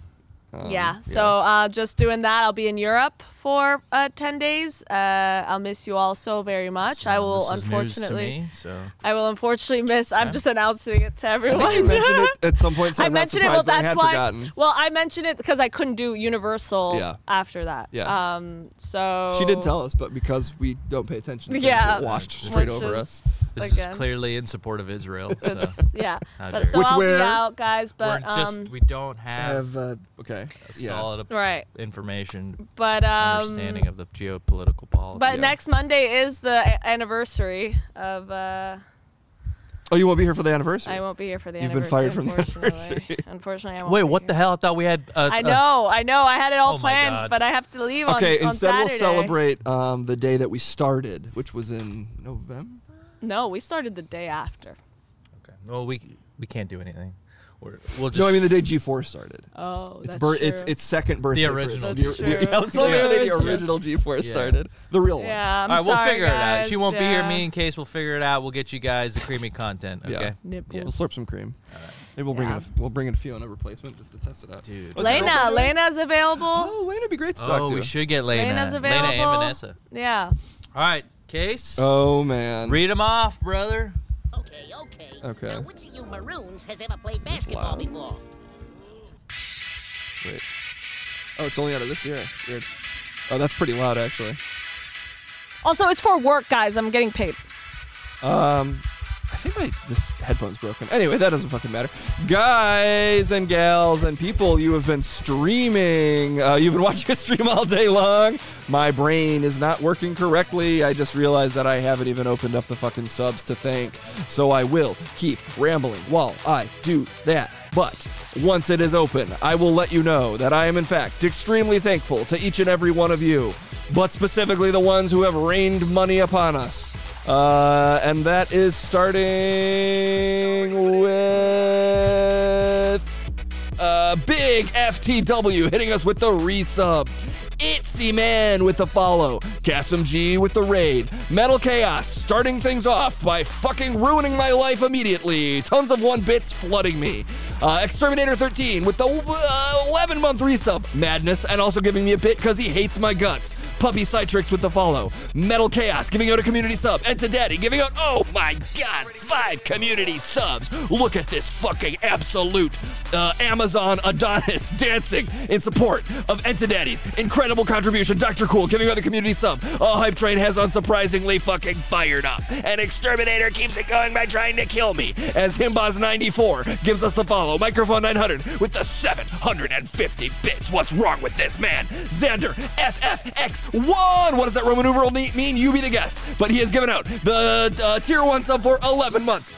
Um, yeah. So uh, just doing that. I'll be in Europe for uh, ten days. Uh, I'll miss you all so very much. I will This is news to unfortunately. me, so I will unfortunately miss. I'm Yeah. just announcing it to everyone. *laughs* I mentioned it at some point, so I I'm not mentioned it. surprised, Well, but I that's had why. forgotten. Well, I mentioned it because I couldn't do Universal Yeah. after that. Yeah. Um. So She did tell us, but because we don't pay attention, to things, Yeah. it washed straight Which over is- us. this again, is clearly in support of Israel. So it's- yeah. *laughs* How But, dare so you. Which I'll we're- be out, guys. But we're just um. we don't have, Have uh, okay, yeah. solid right. information But um. understanding of the geopolitical policy. But Yeah. next Monday is the a- anniversary of. Uh, Oh, you won't be here for the anniversary. I won't be here for the You've been anniversary. fired from the unfortunately. *laughs* Unfortunately, I won't Wait, be what here. the hell? I thought we had. Uh, I know, I know. I had it all Oh my planned, God. but I have to leave Okay, on, on instead Saturday. we'll celebrate um, the day that we started, which was in November. No, we started the day after. okay. Well, we we can't do anything. We're, we'll just. No, I mean the day G4 started. Oh, It's that's bir- true. it's it's second birthday. for original. it. That's The, the, true. *laughs* yeah, let's The celebrate the original. original G4 Yeah. started. The real one. yeah, I'm all right, we'll sorry, figure it out. She guys, won't be here. yeah. Me and Case will figure it out. We'll get you guys the creamy content. Yeah. Okay. Nipples. We'll slurp some cream. Maybe we'll bring in a, Yeah. f- we'll bring in Fiona replacement just to test it out. Dude. Was it Lena, open? Lena's available. Oh, Lena would be great to talk Oh, to. we should get Lena. Lena's Lena and available. Vanessa. Yeah. All right, Case. Oh man. Read them off, brother. Okay, okay. Okay. Now, which of you maroons has ever played basketball loud. before? Wait. Oh, it's only out of this year. Weird. Oh, that's pretty loud actually. Also, it's for work, guys. I'm getting paid. Um, I think my this headphone's broken. Anyway, that doesn't fucking matter. Guys and gals and people, you have been streaming. Uh, you've been *laughs* watching a stream all day long. My brain is not working correctly. I just realized that I haven't even opened up the fucking subs to thank. So I will keep rambling while I do that. But once it is open, I will let you know that I am, in fact, extremely thankful to each and every one of you, but specifically the ones who have rained money upon us. Uh, and that is starting with uh, Big FTW hitting us with the resub. Itsy Man with the follow. Cassim G with the raid. Metal Chaos starting things off by fucking ruining my life immediately. Tons of one bits flooding me. Uh, Exterminator 13 with the 11 month resub. Madness and also giving me a bit because he hates my guts. Puppy Citrix with the follow. Metal Chaos giving out a community sub. And to Daddy giving out, oh my god, five community subs. Look at this fucking absolute uh, Amazon Adonis *laughs* dancing in support of Entidaddy's incredible contribution. Dr. Cool giving out the community sub. All Hype Train has unsurprisingly fucking fired up. And Exterminator keeps it going by trying to kill me. As Himboz94 gives us the follow. Microphone 900 with the 750 bits. What's wrong with this man? Xander FFX1. What does that Roman numeral ne- mean? You be the guess. But he has given out the uh, tier 1 sub for 11 months.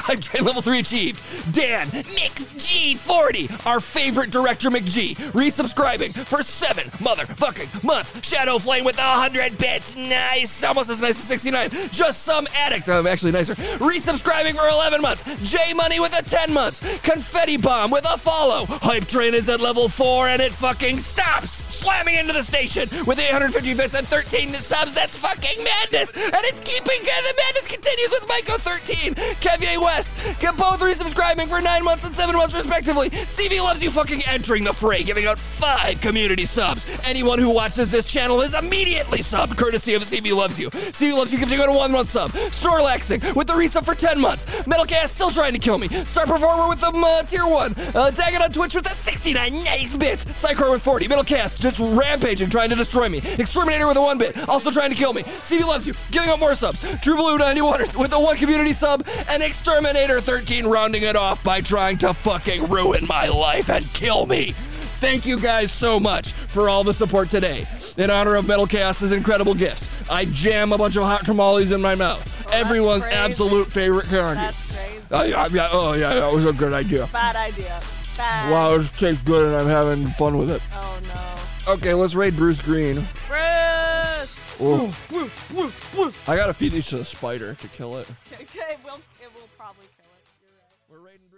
*laughs* I'm train level three achieved. Dan, McG40, our favorite director McG, resubscribing for seven motherfucking months. Shadow Flame with 100 bits. Nice. Almost as nice as 69. Just some addict. I'm actually nicer. Resubscribing for 11 months. J Money with a 10 months. Confetti Bomb with a follow. Hype Train is at level four and it fucking stops. Slamming into the station with 850 bits and 13 subs. That's fucking madness. And it's keeping the madness continues with Maiko13, Kevier West, get both resubscribing for nine months and seven months respectively. Stevie loves you fucking entering the fray, giving out five community subs. Anyone who watches this channel is immediately subbed, courtesy of Stevie loves you. Stevie loves you gives you a one month sub. Snorlaxing with the resub for ten months. Metalcast still trying to kill me. Star Performer with the uh, tier one. Uh, Daggett on Twitch with a 69 nice bits. Psychor with 40. Middlecast just rampaging, trying to destroy me. Exterminator with a one bit, also trying to kill me. Stevie loves you, giving out more subs. True Blue 91ers with a one community sub, and Exterminator 13 rounding it off by trying to fucking ruin my life and kill me. Thank you guys so much for all the support today. In honor of Metal Chaos's incredible gifts, I jam a bunch of hot tamales in my mouth. Everyone's Oh, crazy. absolute favorite candy. That's crazy. Oh, yeah, yeah, oh yeah, that was a good idea. Bad idea. Bad. Wow, it tastes good and I'm having fun with it. Oh no. Okay, let's raid Bruce Green. Bruce. Oh. I gotta feed these to the spider to kill it. Okay, we'll, it will probably kill it. You're right. We're raiding Bruce